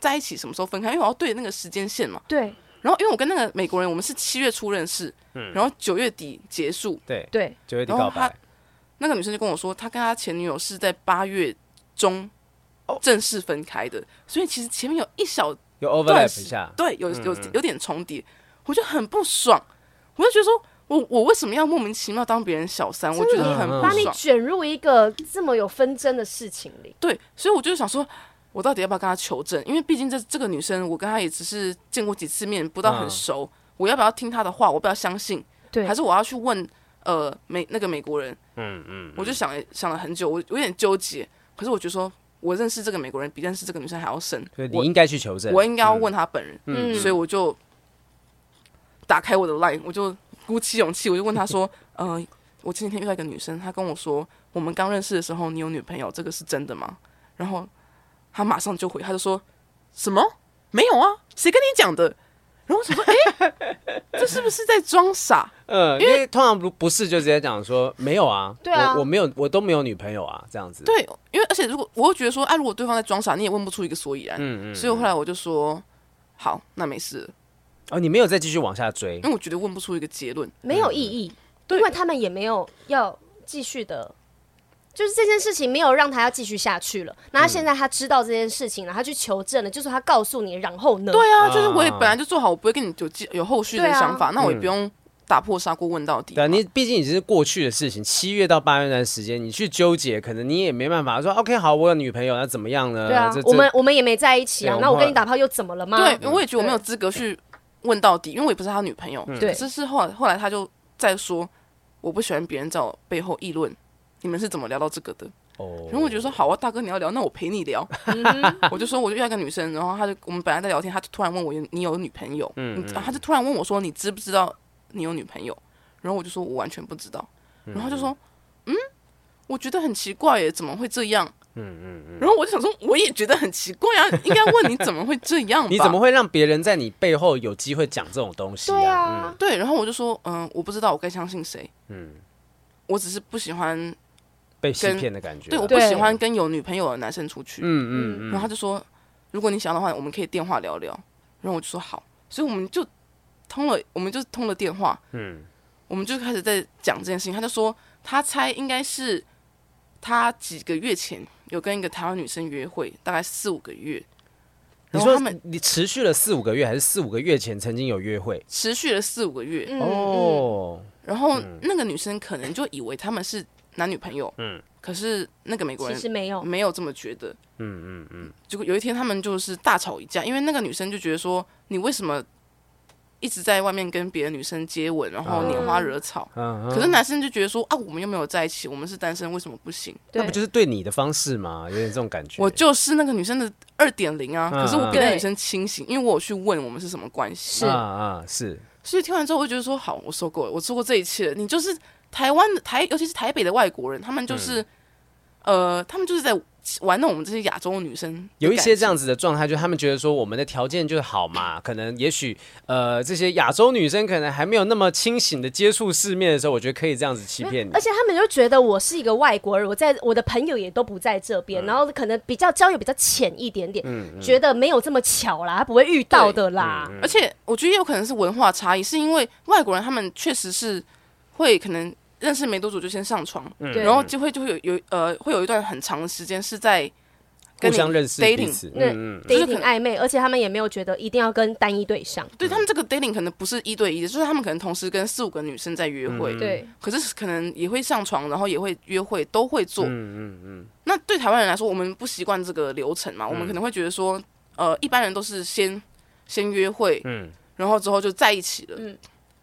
S3: 在一起，什么时候分开？因为我要对那个时间线嘛。
S4: 对
S3: 然后因为我跟那个美国人，我们是七月初认识，然后九月底结束。
S1: 对，
S4: 对，
S1: 就有点
S3: 然后
S1: 告白
S3: 他。那个女生就跟我说，她跟她前女友是在八月中正式分开的，所以其实前面有一小
S1: 有 overlap
S3: 断时
S1: 一下，嗯
S3: 对，有有有点重叠，我就很不爽，我就觉得说我我为什么要莫名其妙当别人小三？我觉得很
S1: 嗯
S3: 不
S4: 把你
S3: 爽。
S4: 卷入一个这么有纷争的事情里，
S3: 对，所以我就想说，我到底要不要跟她求证？因为毕竟这这个女生，我跟她也只是见过几次面，不到很
S1: 嗯
S3: 熟。我要不要听她的话？我要不要相信？
S4: 对，
S3: 还是我要去问呃美那个美国人？
S1: 嗯嗯，
S3: 我就想了想了很久，我我有点纠结。可是我觉得说，我认识这个美国人比认识这个女生还要深，
S1: 所以你
S3: 我
S1: 应该去求证。
S3: 我应该要问他本人。
S4: 嗯
S3: 所以我就打开我的 line，我就鼓起勇气，我就问他 说：“呃，我前几天遇到一个女生，她跟我说，我们刚认识的时候你有女朋友，这个是真的吗？”然后他马上就回，他就说：“什么？没有啊，谁跟你讲的？”然后我想说：“哎、 这是不是在装傻？
S1: 嗯，因为通常不不是就直接讲说没有啊，
S4: 对啊
S1: 我我没有，我都没有女朋友啊，这样子。，
S3: 对，因为而且如果我又觉得说，哎、如果对方在装傻，你也问不出一个所以然。嗯嗯。所以我后来我就说，好，那没事了，
S1: 哦，你没有再继续往下追
S3: 因，为我觉得问不出一个结论。
S1: 嗯
S4: 没有意义，因为他们也没有要继续的就是这件事情没有让他要继续下去了。那他现在他知道这件事情了，他去求证了，就是他告诉你，然后呢？
S3: 对啊，就是
S1: 啊
S3: 我也本来就做好，我不会跟你有继有后续的
S4: 对啊
S3: 想法，那我也不用打破砂锅问到底嘛。
S1: 对啊，你毕竟已经是过去的事情，七月到八月那段时间，你去纠结，可能你也没办法说，OK，好，我有女朋友，那怎么样呢？
S4: 对啊
S1: 这，这
S4: 我们我们也没在一起啊
S1: 对。
S4: 那
S1: 我
S4: 我
S1: 们
S4: 跟你打炮又怎么了吗？
S3: 对，我也觉得我没有
S4: 啊对
S3: 资格去问到底，因为我也不是他女
S1: 嗯
S3: 朋友。
S4: 对
S3: 可是是后来后来他就在说，我不喜欢别人在我背后议论。你们是怎么聊到这个的？
S1: 哦
S3: 然后我就说好啊，大哥你要聊，那我陪你聊。我就说我就遇到一个女生，然后她就我们本来在聊天，她就突然问我你有女朋友？嗯，她就突然问我说你知不知道你有女朋友？然后我就说我完全不知道。然后她就说嗯，我觉得很奇怪耶，怎么会这样？嗯嗯然后我就想说，我也觉得很奇怪啊，应该 问你怎么会这样吧？
S1: 你怎么会让别人在你背后有机会讲这种东西
S4: 对
S1: 啊？
S4: 啊，
S3: 对，然后我就说，嗯，我不知道我该相信谁。嗯，我只是不喜欢，
S1: 被欺
S3: 跟
S1: 骗的感觉啊，
S3: 对，我不
S4: 对
S3: 喜欢跟有女朋友的男生出去。
S1: 嗯嗯嗯，
S3: 然后他就说，如果你想的话，我们可以电话聊聊。然后我就说好，所以我们就通了，我们就通了电话。嗯，我们就开始在讲这件事情。他就说，他猜应该是他几个月前有跟一个台湾女生约会，大概四五个月。
S1: 你
S3: 然后
S1: 说
S3: 他们
S1: 你持续了四五个月，还是四五个月前曾经有约会？
S3: 持续了四五个月，
S4: 嗯，嗯
S1: 哦，
S3: 然后那个女生可能就以为他们是男女朋友，嗯，可是那个美国
S4: 其
S3: 人
S4: 实没有，
S3: 没有这么觉得，嗯嗯嗯。结果有一天他们就是大吵一架，因为那个女生就觉得说你为什么一直在外面跟别的女生接吻，然后拈花惹草，
S1: 嗯，
S3: 可是男生就觉得说啊，我们又没有在一起，我们是单身，为什么不行？
S1: 那
S4: 对
S1: 不，就是对你的方式吗？有点这种感觉。
S3: 我就是那个女生的二点零啊，
S1: 嗯
S3: 可是我比那
S4: 嗯
S3: 女生清醒，因为我有去问我们是什么关系，
S4: 是
S1: 啊啊是，
S3: 所以听完之后，我就觉得说，好，我受够了，我做过这一切了。你就是台湾的台，尤其是台北的外国人，他们就是，呃，他们就是在玩弄我们这些亚洲女生。
S1: 嗯有一些这，样子的状态，就是他们觉得说我们的条件就是好 嘛，可能也许呃这些亚洲女生可能还没有那么清醒的接触世面的时候，我觉得可以这样子欺骗你
S4: 而。且他们就觉得我是一个外国人，我在我的朋友也都不在这边，然后可能比较交友比较浅一点点，觉得没有这么巧啦，他不会遇到的啦。
S3: 而且我觉得也有可能是文化差异，是因为外国人他们确实是会可能认识没多久就先上床，
S1: 嗯
S4: 对
S3: 嗯然后就会就会有有呃会有一段很长的时间是在
S1: 互
S3: 跟你
S1: 相认识彼
S3: dating，
S1: 此，
S4: 那
S1: 嗯嗯，
S3: 就是可
S4: dating
S3: 能
S4: 暧昧，而且他们也没有觉得一定要跟单一对象，
S3: 对
S1: 嗯
S3: 他们这个 dating 可能不是一对一，就是他们可能同时跟四五个女生在约会，
S1: 嗯
S4: 对，
S3: 可是可能也会上床，然后也会约会，都会做。嗯嗯嗯。那对台湾人来说，我们不习惯这个流程
S1: 嗯
S3: 嘛，我们可能会觉得说，呃，一般人都是先先约会，嗯，然后之后就在一起了。嗯。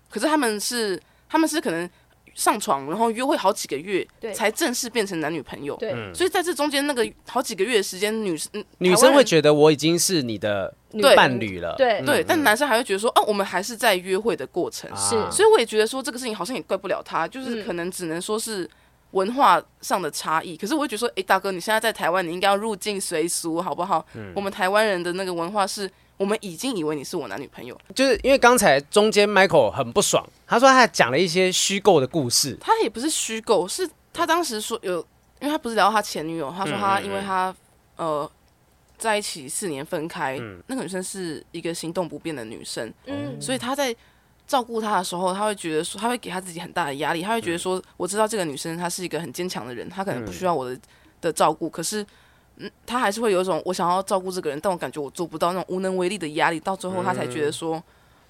S3: 可是他们是他们是可能上床，然后约会好几个月，
S4: 对
S3: 才正式变成男女朋友。
S4: 对
S3: 所以在这中间那个好几个月的时间，女生
S1: 嗯女生会觉得我已经是你的
S3: 对
S1: 伴侣了，
S4: 对
S3: 得对，但男生还会觉得说，哦、我们还是在约会的过程。
S1: 嗯啊，
S4: 是
S3: 所以我也觉得说这个事情好像也怪不了他，就是可能只能说是文化上的差异。可是我会觉得说，诶，大哥，你现在在台湾，你应该要入境随俗，好不好？我们台湾人的那个文化是。我们已经以为你是我男女朋友，
S1: 就是因为刚才中间 Michael 很不爽，他说他讲了一些虚构的故事，
S3: 他也不是虚构，是他当时说有，因为他不是聊到他前女友，他说他因为他、呃在一起四年分开，那个女生是一个行动不便的女生，
S4: 嗯，
S3: 所以他在照顾她的时候，他会觉得说，他会给他自己很大的压力，他会觉得说，我知道这个女生她是一个很坚强的人，她可能不需要我的、的照顾，可是，嗯，他还是会有一种我想要照顾这个人，但我感觉我做不到那种无能为力的压力，到最后他才觉得说，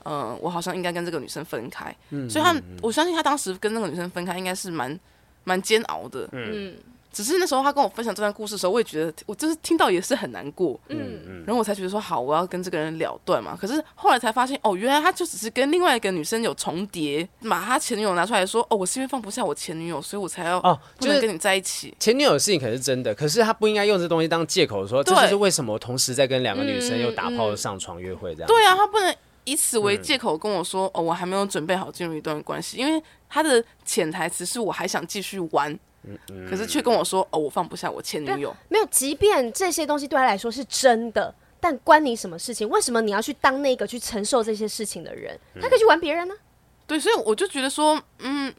S3: 嗯、我好像应该跟这个女生分开，所以他，我相信他当时跟那个女生分开应该是蛮蛮煎熬的，
S4: 嗯
S3: 只是那时候他跟我分享这段故事的时候，我也觉得我就是听到也是很难过，
S4: 嗯，
S3: 然后我才觉得说好，我要跟这个人了断嘛。可是后来才发现，哦，原来他就只是跟另外一个女生有重叠，把他前女友拿出来说，哦，我是因为放不下我前女友，所以我才要
S1: 哦
S3: 不
S1: 就
S3: 能
S1: 是
S3: 跟你在一起。
S1: 前女友的事情可能是真的，可是他不应该用这东西当借口说，这
S3: 对
S1: 就是为什么我同时在跟两个女生
S4: 嗯
S1: 又打
S4: 嗯
S1: 炮
S4: 嗯
S1: 上床约会这样。
S3: 对啊，他不能以此为借口跟我说，哦，我还没有准备好进入一段关系，因为他的潜台词是我还想继续玩，
S1: 嗯
S3: 可是却跟我说，哦，我放不下我前
S1: 啊
S3: 女友。
S4: 没有，即便这些东西对他来说是真的，但关你什么事情？为什么你要去当那个去承受这些事情的人？他可以去玩别人呢、啊
S3: 对，所以我就觉得说，嗯，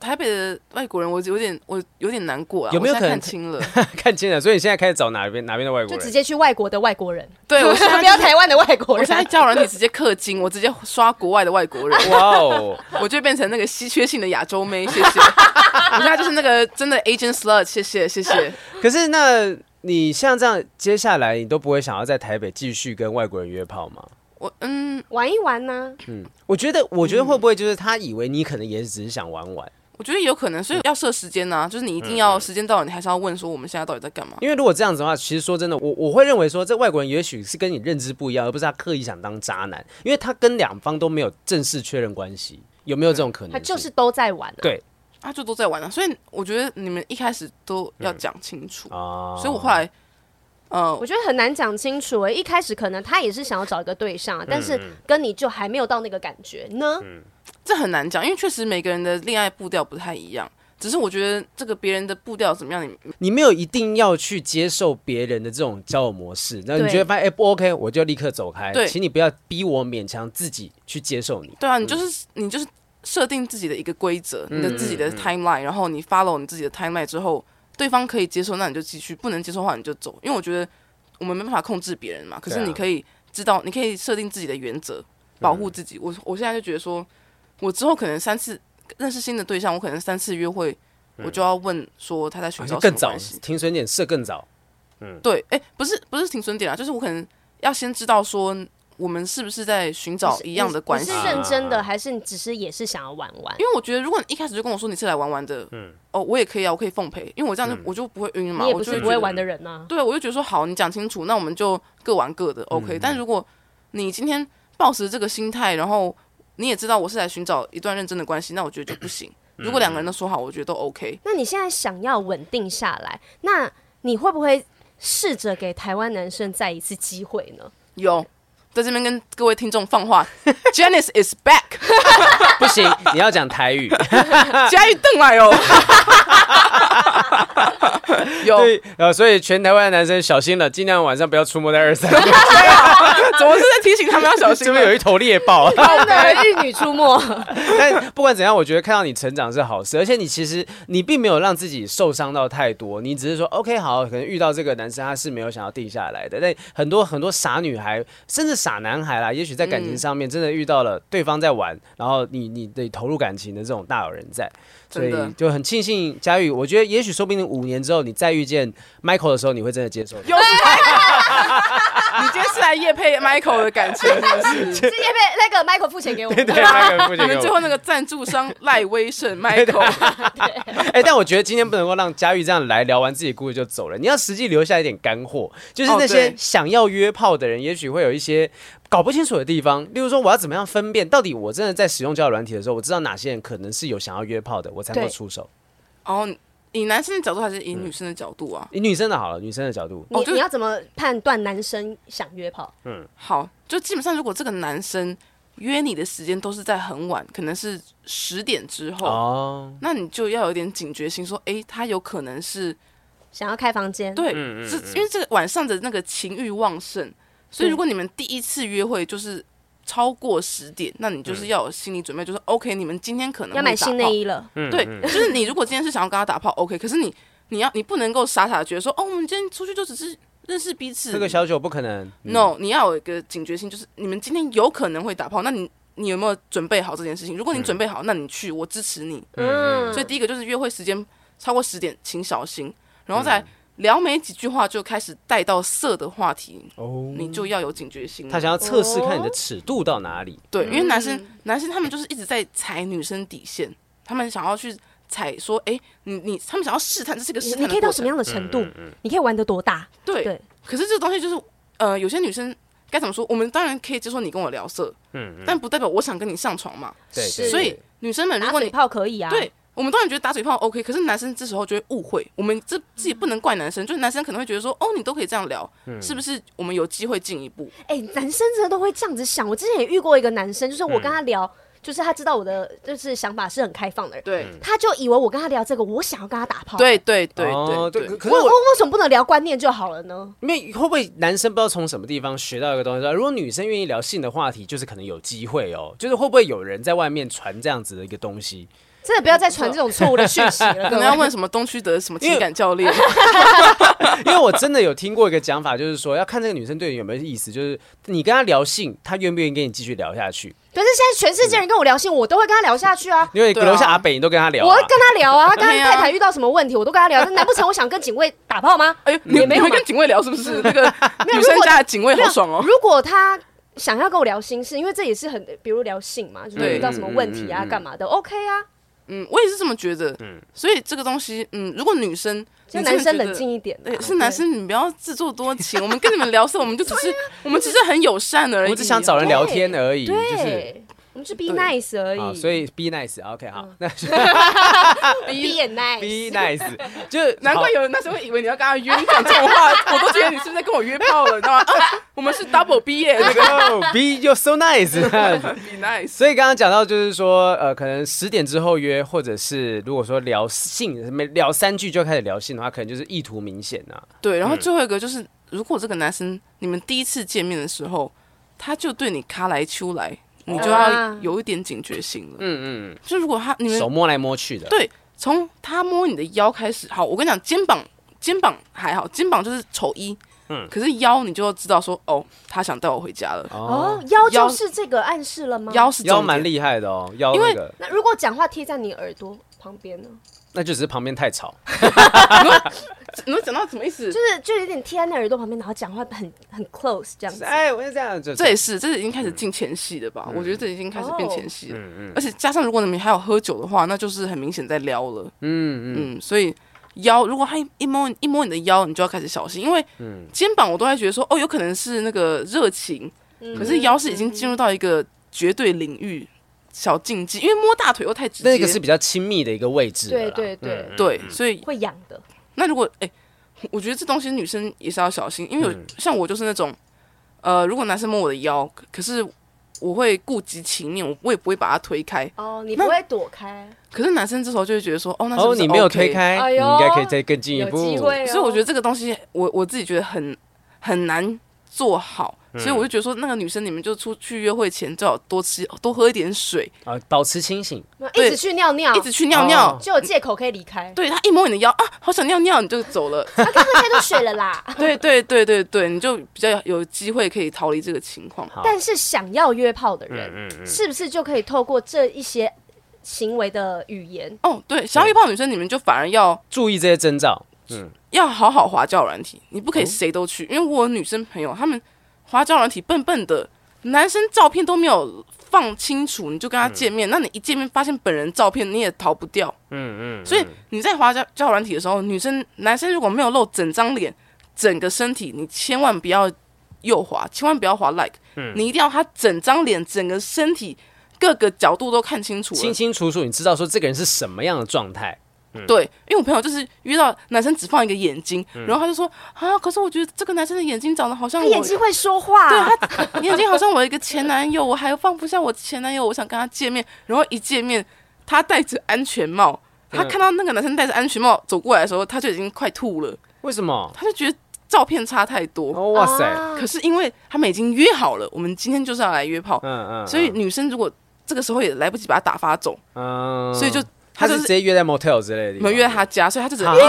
S3: 台北的外国人，我有点我有点难过啊，
S1: 有没有
S3: 我现在
S1: 可能
S3: 看 清了？
S1: 看清了，所以你现在开始找哪边哪边的外国
S4: 啊就
S1: 人
S4: 直？接去外国的外国人，啊
S3: 对我现在
S4: 不要台湾的外国
S3: 我
S4: 人
S3: 现。在交友软体直接氪金，我直接刷国外的外国人，
S1: 哇哦，
S3: 我就变成那个稀缺性的亚洲妹，谢谢。 我现在就是那个真的 agent slut，谢谢谢谢。
S1: 可是那你像这样，接下来你都不会想要在台北继续跟外国人约炮吗？
S3: 我嗯，
S4: 玩一玩呢、
S1: 我觉得，我觉得会不会就是他以为你可能也只是想玩玩？
S3: 我觉得有可能，所以要设时间呐、啊就是你一定要时间到了，你还是要问说我们现在到底在干嘛。
S1: 嗯因为如果这样子的话，其实说真的，我我会认为说，这外国人也许是跟你认知不一样，而不是他刻意想当渣男，因为他跟两方都没有正式确认关系，有没有这种可能
S4: 他
S1: 性？
S4: 就是都在玩、啊。
S1: 对
S3: 啊，就都在玩啊，所以我觉得你们一开始都要讲清楚。
S1: 啊，
S3: 所以我后来，呃
S4: 我，觉得很难讲清楚、欸。一开始可能他也是想要找一个对象啊，但
S3: 嗯
S4: 是跟你就还没有到那个感觉呢。
S3: 这很难讲，因为确实每个人的恋爱步调不太一样。只是我觉得这个别人的步调怎么样，你
S1: 你没有一定要去接受别人的这种交友模式，那你
S4: 对
S1: 觉得发现哎不 OK，我就立刻走开。
S3: 对
S1: 请你不要逼我勉强自己去接受你。
S3: 对啊，你就是、你就是设定自己的一个规则，你
S1: 嗯
S3: 的自己的 timeline，、然后你 follow 你自己的 timeline 之后，对方可以接受，那你就继续；不能接受的话，你就走。因为我觉得我们没办法控制别人嘛，可是
S1: 对啊
S3: 你可以知道，你可以设定自己的原则，保
S1: 嗯
S3: 护自己。我我现在就觉得说，我之后可能三次认识新的对象，我可能三次约会，我就要问说他在
S1: 好
S3: 寻
S1: 像嗯
S3: 找
S1: 更
S3: 什么
S1: 早
S3: 关系。
S1: 停损点设更早，
S3: 对，哎、不是不是停损点啊，就是我可能要先知道说我们是不是在寻找一样的关系啊
S4: 你。是认真的还是你只是也是想要玩玩？
S3: 因为我觉得，如果你一开始就跟我说你是来玩玩的，
S1: 嗯
S3: 哦，我也可以啊，我可以奉陪，因为我这样就、我就不会晕嘛，
S4: 你也
S3: 我
S4: 不
S3: 就是觉
S4: 不会
S3: 得
S4: 玩的人啊呢、
S3: 对，我就觉得说好，你讲清楚，那我们就各玩各的，OK、但
S1: 嗯
S3: 如果你今天抱持这个心态，然后你也知道我是来寻找一段认真的关系，那我觉得就不行。
S1: 嗯
S3: 如果两个人都说好，我觉得都 OK。
S4: 那你现在想要稳定下来，那你会不会试着给台湾男生再一次机会 呢？
S3: 有，在这边跟各位听众 放话，Janice is back，
S1: 不行，你要讲台 语。
S3: 佳玉邓 来 哦。有，
S1: 对，呃，所以全台湾的男生小心了，尽量晚上不要出没在二三，
S3: 啊怎么是在提醒他们要小
S1: 这
S3: 心呢？啊
S1: 边有一头猎豹。啊
S4: 真的玉女 出没，
S1: 但不管怎样，我觉得看到你成长是好事，而且你其实你并没有让自己受伤到太多，你只是说 OK 好，可能遇到这个男生他是没有想要定下来的，但很多很多傻女孩甚至傻男孩啦，也许在感
S3: 嗯
S1: 情上面真的遇到了对方在玩，然后你你得投入感情的这种大有人在，所
S3: 真
S1: 以
S3: 的
S1: 就很庆幸佳玉，我觉得也许说不定五年之后你再遇见 Michael 的时候，你会真的接受他。
S3: 又是 Michael，你今天是来夜配 Michael 的感情是不是？
S4: 直接被那个 Michael 付钱给 我们。
S1: 对
S3: 啊
S1: ，Michael 不
S3: 你们
S1: 行
S3: 最。后那个赞助商赖威胜 Michael，
S1: 哎、但我觉得今天不能够让佳玉这样来聊完自己故事就走了，你要实际留下一点干货，就是
S3: 哦
S1: 那些
S3: 对
S1: 想要约炮的人，也许会有一些搞不清楚的地方，例如说我要怎么样分辨，到底我真的在使用交友软体的时候，我知道哪些人可能是有想要约炮的，我才能够
S4: 对
S1: 出手。
S3: 哦，以男生的角度还是以女生的角度啊？
S1: 以女生的好了，女生的角度，
S4: 你、
S3: 哦就是
S4: 你要怎么判断男生想约炮？
S3: 好，就基本上如果这个男生约你的时间都是在很晚，可能是十点之后，
S1: 哦，
S3: 那你就要有点警觉心，说，诶，他有可能是
S4: 想要开房间？，
S3: 对，这因为这个晚上的那个情欲旺盛，所以
S4: 对
S3: 如果你们第一次约会就是超过十点，那你就是要有心理准备，就是 OK，你们今天可能
S4: 要买
S3: 会打
S4: 新内
S3: 炮
S4: 衣了。
S3: 对，就是你如果今天是想要跟他打炮，OK，可是你你要你不能够傻傻地觉得说，哦，我们今天出去就只是认识彼此。
S1: 这个小九不可能。嗯
S3: no，你要有一个警觉性，就是你们今天有可能会打炮，那你你有没有准备好这件事情？如果你准备好，那你去，我支持你。
S4: 嗯，
S3: 所以第一个就是约会时间超过十点，请小心，然后再来聊没几句话就开始带到色的话题，
S1: 哦，
S3: 你就要有警觉心了。
S1: 他想要测试看你
S3: 哦
S1: 的尺度到哪里。
S3: 对，因为男
S4: 嗯
S3: 生、男生他们就是一直在踩女生底线，他们想要去踩说，哎、你你，他们想要试探这是个试
S4: 你
S3: 探的
S4: 你可以到
S3: 过
S4: 什
S3: 程
S4: 么样的程度？你可以玩得多大？
S3: 对，
S4: 对
S3: 可是这个东西就是，呃，有些女生该怎么说？我们当然可以接受你跟我聊色，嗯，但不代表我想跟你上床嘛。
S1: 对，
S4: 是
S1: 对
S3: 所以女生们，如
S4: 打
S3: 果
S4: 嘴
S3: 你
S4: 炮可以啊。
S3: 对我们当然觉得打嘴炮 OK，可是男生这时候就会误会，我们这自己不能怪男生，就是男生可能会觉得说，哦，你都可以这样聊，是不是？我们有机会进一步，
S4: 哎、男生真的都会这样子想。我之前也遇过一个男生，就是我跟他聊，就是他知道我的就是想法是很开放的人，
S3: 对，
S4: 他就以为我跟他聊这个，我想要跟他打炮。，
S3: 对对对
S1: 哦
S3: 对对，
S1: 可可
S4: 我
S1: 是
S4: 我
S1: 我
S4: 为什么不能聊观念就好了呢？
S1: 因为会不会男生不知道从什么地方学到一个东西说，如果女生愿意聊性的话题，就是可能有机会哦。就是会不会有人在外面传这样子的一个东西？
S4: 真的不要再传这种错误的讯息了。
S3: 可能要问什么东区的什么情感教 练，
S1: 因为我真的有听过一个讲法，就是说要看这个女生对你有没有意思，就是你跟她聊性，她愿不愿意跟你继续聊下去。
S4: 可是现在全世界人跟我聊性，我都会跟他聊下去啊。
S1: 因为
S3: 对啊
S1: 楼下阿北你都跟她聊、
S4: 我
S1: 啊
S4: 会，跟他聊啊，他跟
S3: 对
S4: 他
S3: 啊
S4: 太太遇到什么问题，我都跟他聊。难不成我想跟警卫打炮吗？
S3: 哎呦，你
S4: 也没
S3: 你
S4: 有
S3: 会
S4: 嘛
S3: 跟警卫聊是不 是？那个
S4: 有
S3: 女
S4: 如
S3: 生
S4: 果
S3: 家的警卫
S4: 没有
S3: 好爽哦。
S4: 如果他想要跟我聊心事，因为这也是很，比如聊性嘛，就是
S3: 对
S4: 遇到什么问题
S1: 嗯嗯
S4: 啊，
S1: 嗯嗯
S4: 干嘛的，OK 啊。
S3: 嗯，我也是这么觉得。嗯，所以这个东西，嗯，如果女生，
S4: 就
S3: 你真的
S4: 男生
S3: 觉得
S4: 冷静一点，啊
S3: 对，是男生，你不要自作多情。我们跟你们聊色，我们就只是
S4: 啊
S3: 我们只是很友善而已。
S1: 我只想找人聊天而已，
S4: 对，
S1: 就是
S4: 对，我们是 be
S3: 对
S4: nice 而
S1: 啊，
S4: 已，
S1: 所以 be nice，OK，、好，那
S4: be and
S1: be
S4: nice。
S1: nice 就是
S3: 难怪
S1: 好
S3: 有人那时候以为你要跟他约，你讲这种话，我都觉得你是不是在跟我约炮了，你知道吗？啊我们是 double B 耶，那个
S1: Oh, be you so nice。
S3: be nice。
S1: 所以刚刚讲到，就是说，呃，可能十点之后约，或者是如果说聊性，没聊三句就开始聊性的话，可能就是意图明显啊。
S3: 对，然后最后一个就是，如果这个男生你们第一次见面的时候，他就对你卡来秋来，你就要
S4: 啊
S3: 有一点警觉性了。
S1: 嗯
S3: 就如果他你
S1: 嗯，手
S3: 们
S1: 摸来摸去的，
S3: 对从他摸你的腰开始，好，我跟你讲，肩膀肩膀还好，肩膀就是丑一，嗯，可是腰你就要知道说，哦，他想带我回家了，
S1: 哦
S4: 哦，，腰
S3: 腰
S4: 就是这个暗示了吗？
S3: 腰。是
S1: 腰
S3: 重
S1: 蛮
S3: 点
S1: 厉害的哦，腰
S3: 因为
S1: 那个，
S4: 那如果讲话贴在你耳朵旁边呢？
S1: 那就只是旁边太吵。
S3: 你们讲到什么意思
S4: 就？是就有点贴在你耳朵旁边，然后讲话很很 close 这样子。
S1: 哎，我就这样，就
S3: 这也是，这已经开始进前戏了吧？我觉得这已经开始变
S4: 哦
S3: 前戏了，
S1: 嗯
S3: 而且加上如果你们还有喝酒的话，那就是很明显在撩了。
S1: 嗯嗯，
S3: 嗯，所以腰，如果他一一摸一摸你的腰，你就要开始小心，因为
S1: 嗯
S3: 肩膀我都在觉得说，哦，有可能是那个热情，可是腰是已经进入到一个绝对领域小禁忌，因为摸大腿又太直接，
S1: 那个是比较亲密的一个位置的
S4: 对
S1: 啦，嗯
S4: 对对，
S3: 对，所以
S4: 会痒的。
S3: 那如果哎、我觉得这东西女生也是要小心，因为有、
S1: 嗯
S3: 像我就是那种，呃，如果男生摸我的腰，可可是我会顾及情面，我我也不会把他推开，
S4: 哦，你不会躲开，
S3: 可是男生这时候就会觉得说，哦，那是不
S1: 哦，
S3: 是
S1: 你没有
S3: OK
S1: 推开，
S4: 哎
S1: 你
S4: 呦
S1: 应该可以再更进一
S4: 有
S1: 步。
S4: 机会哦。
S3: 所以我觉得这个东西，我我自己觉得很很难做好，
S1: 嗯
S3: 所以我就觉得说，那个女生你们就出去约会前最好多吃多喝一点水，
S1: 啊，保持清醒。
S4: 得
S3: 对
S4: 一直去尿尿
S3: 一，直去尿尿。
S1: 哦
S4: 就有借口可以离开。啊
S3: 对他一摸你的腰啊，好想尿尿，你就走了。
S4: 他刚喝太多水了啦。
S3: 对对对对对，你就比较有机会可以逃离这个情况。
S1: 好
S4: 但是想要约炮的人，是不是就可以透过这一些行为的语言？
S3: 哦，对，想要约炮的女生，你们就反而要
S1: 注意这些征兆。
S3: 要好好滑教软体，你不可以谁都去，因为我有女生朋友她们滑教软体笨笨的，男生照片都没有放清楚，你就跟他见面，那你一见面发现本人照片你也逃不掉，嗯嗯，所以你在滑教教软体的时候，女生男生如果没有露整张脸、整个身体，你千万不要右滑，千万不要滑 like，、你一定要他整张脸、整个身体各个角度都看清楚了
S1: 清清楚楚，你知道说这个人是什么样的状态。
S3: 对，因为我朋友就是约到男生只放一个眼睛，然后他就说啊，可是我觉得这个男生的眼睛长得好像
S4: 他
S3: 我，
S4: 眼睛会说话，
S3: 对他眼睛好像我一个前男友，我还放不下我前男友，我想跟他见面，然后一见面，他戴着安全帽，他看到那个男生戴着安全帽走过来的时候，他就已经快吐了，
S1: 为什么？
S3: 他就觉得照片差太多。
S1: 哦，哇塞，
S4: 啊
S3: 可是因为他们已经约好了，我们今天就是要来约炮，
S1: 嗯嗯，
S3: 所以女生如果这个时候也来不及把他打发走，
S1: 嗯，
S3: 所以就
S1: 他是
S3: 他就是
S1: 直接约在 motel 之类的地
S3: 你们
S1: 方，
S3: 约他家，所以他就只能
S1: 啊
S3: 硬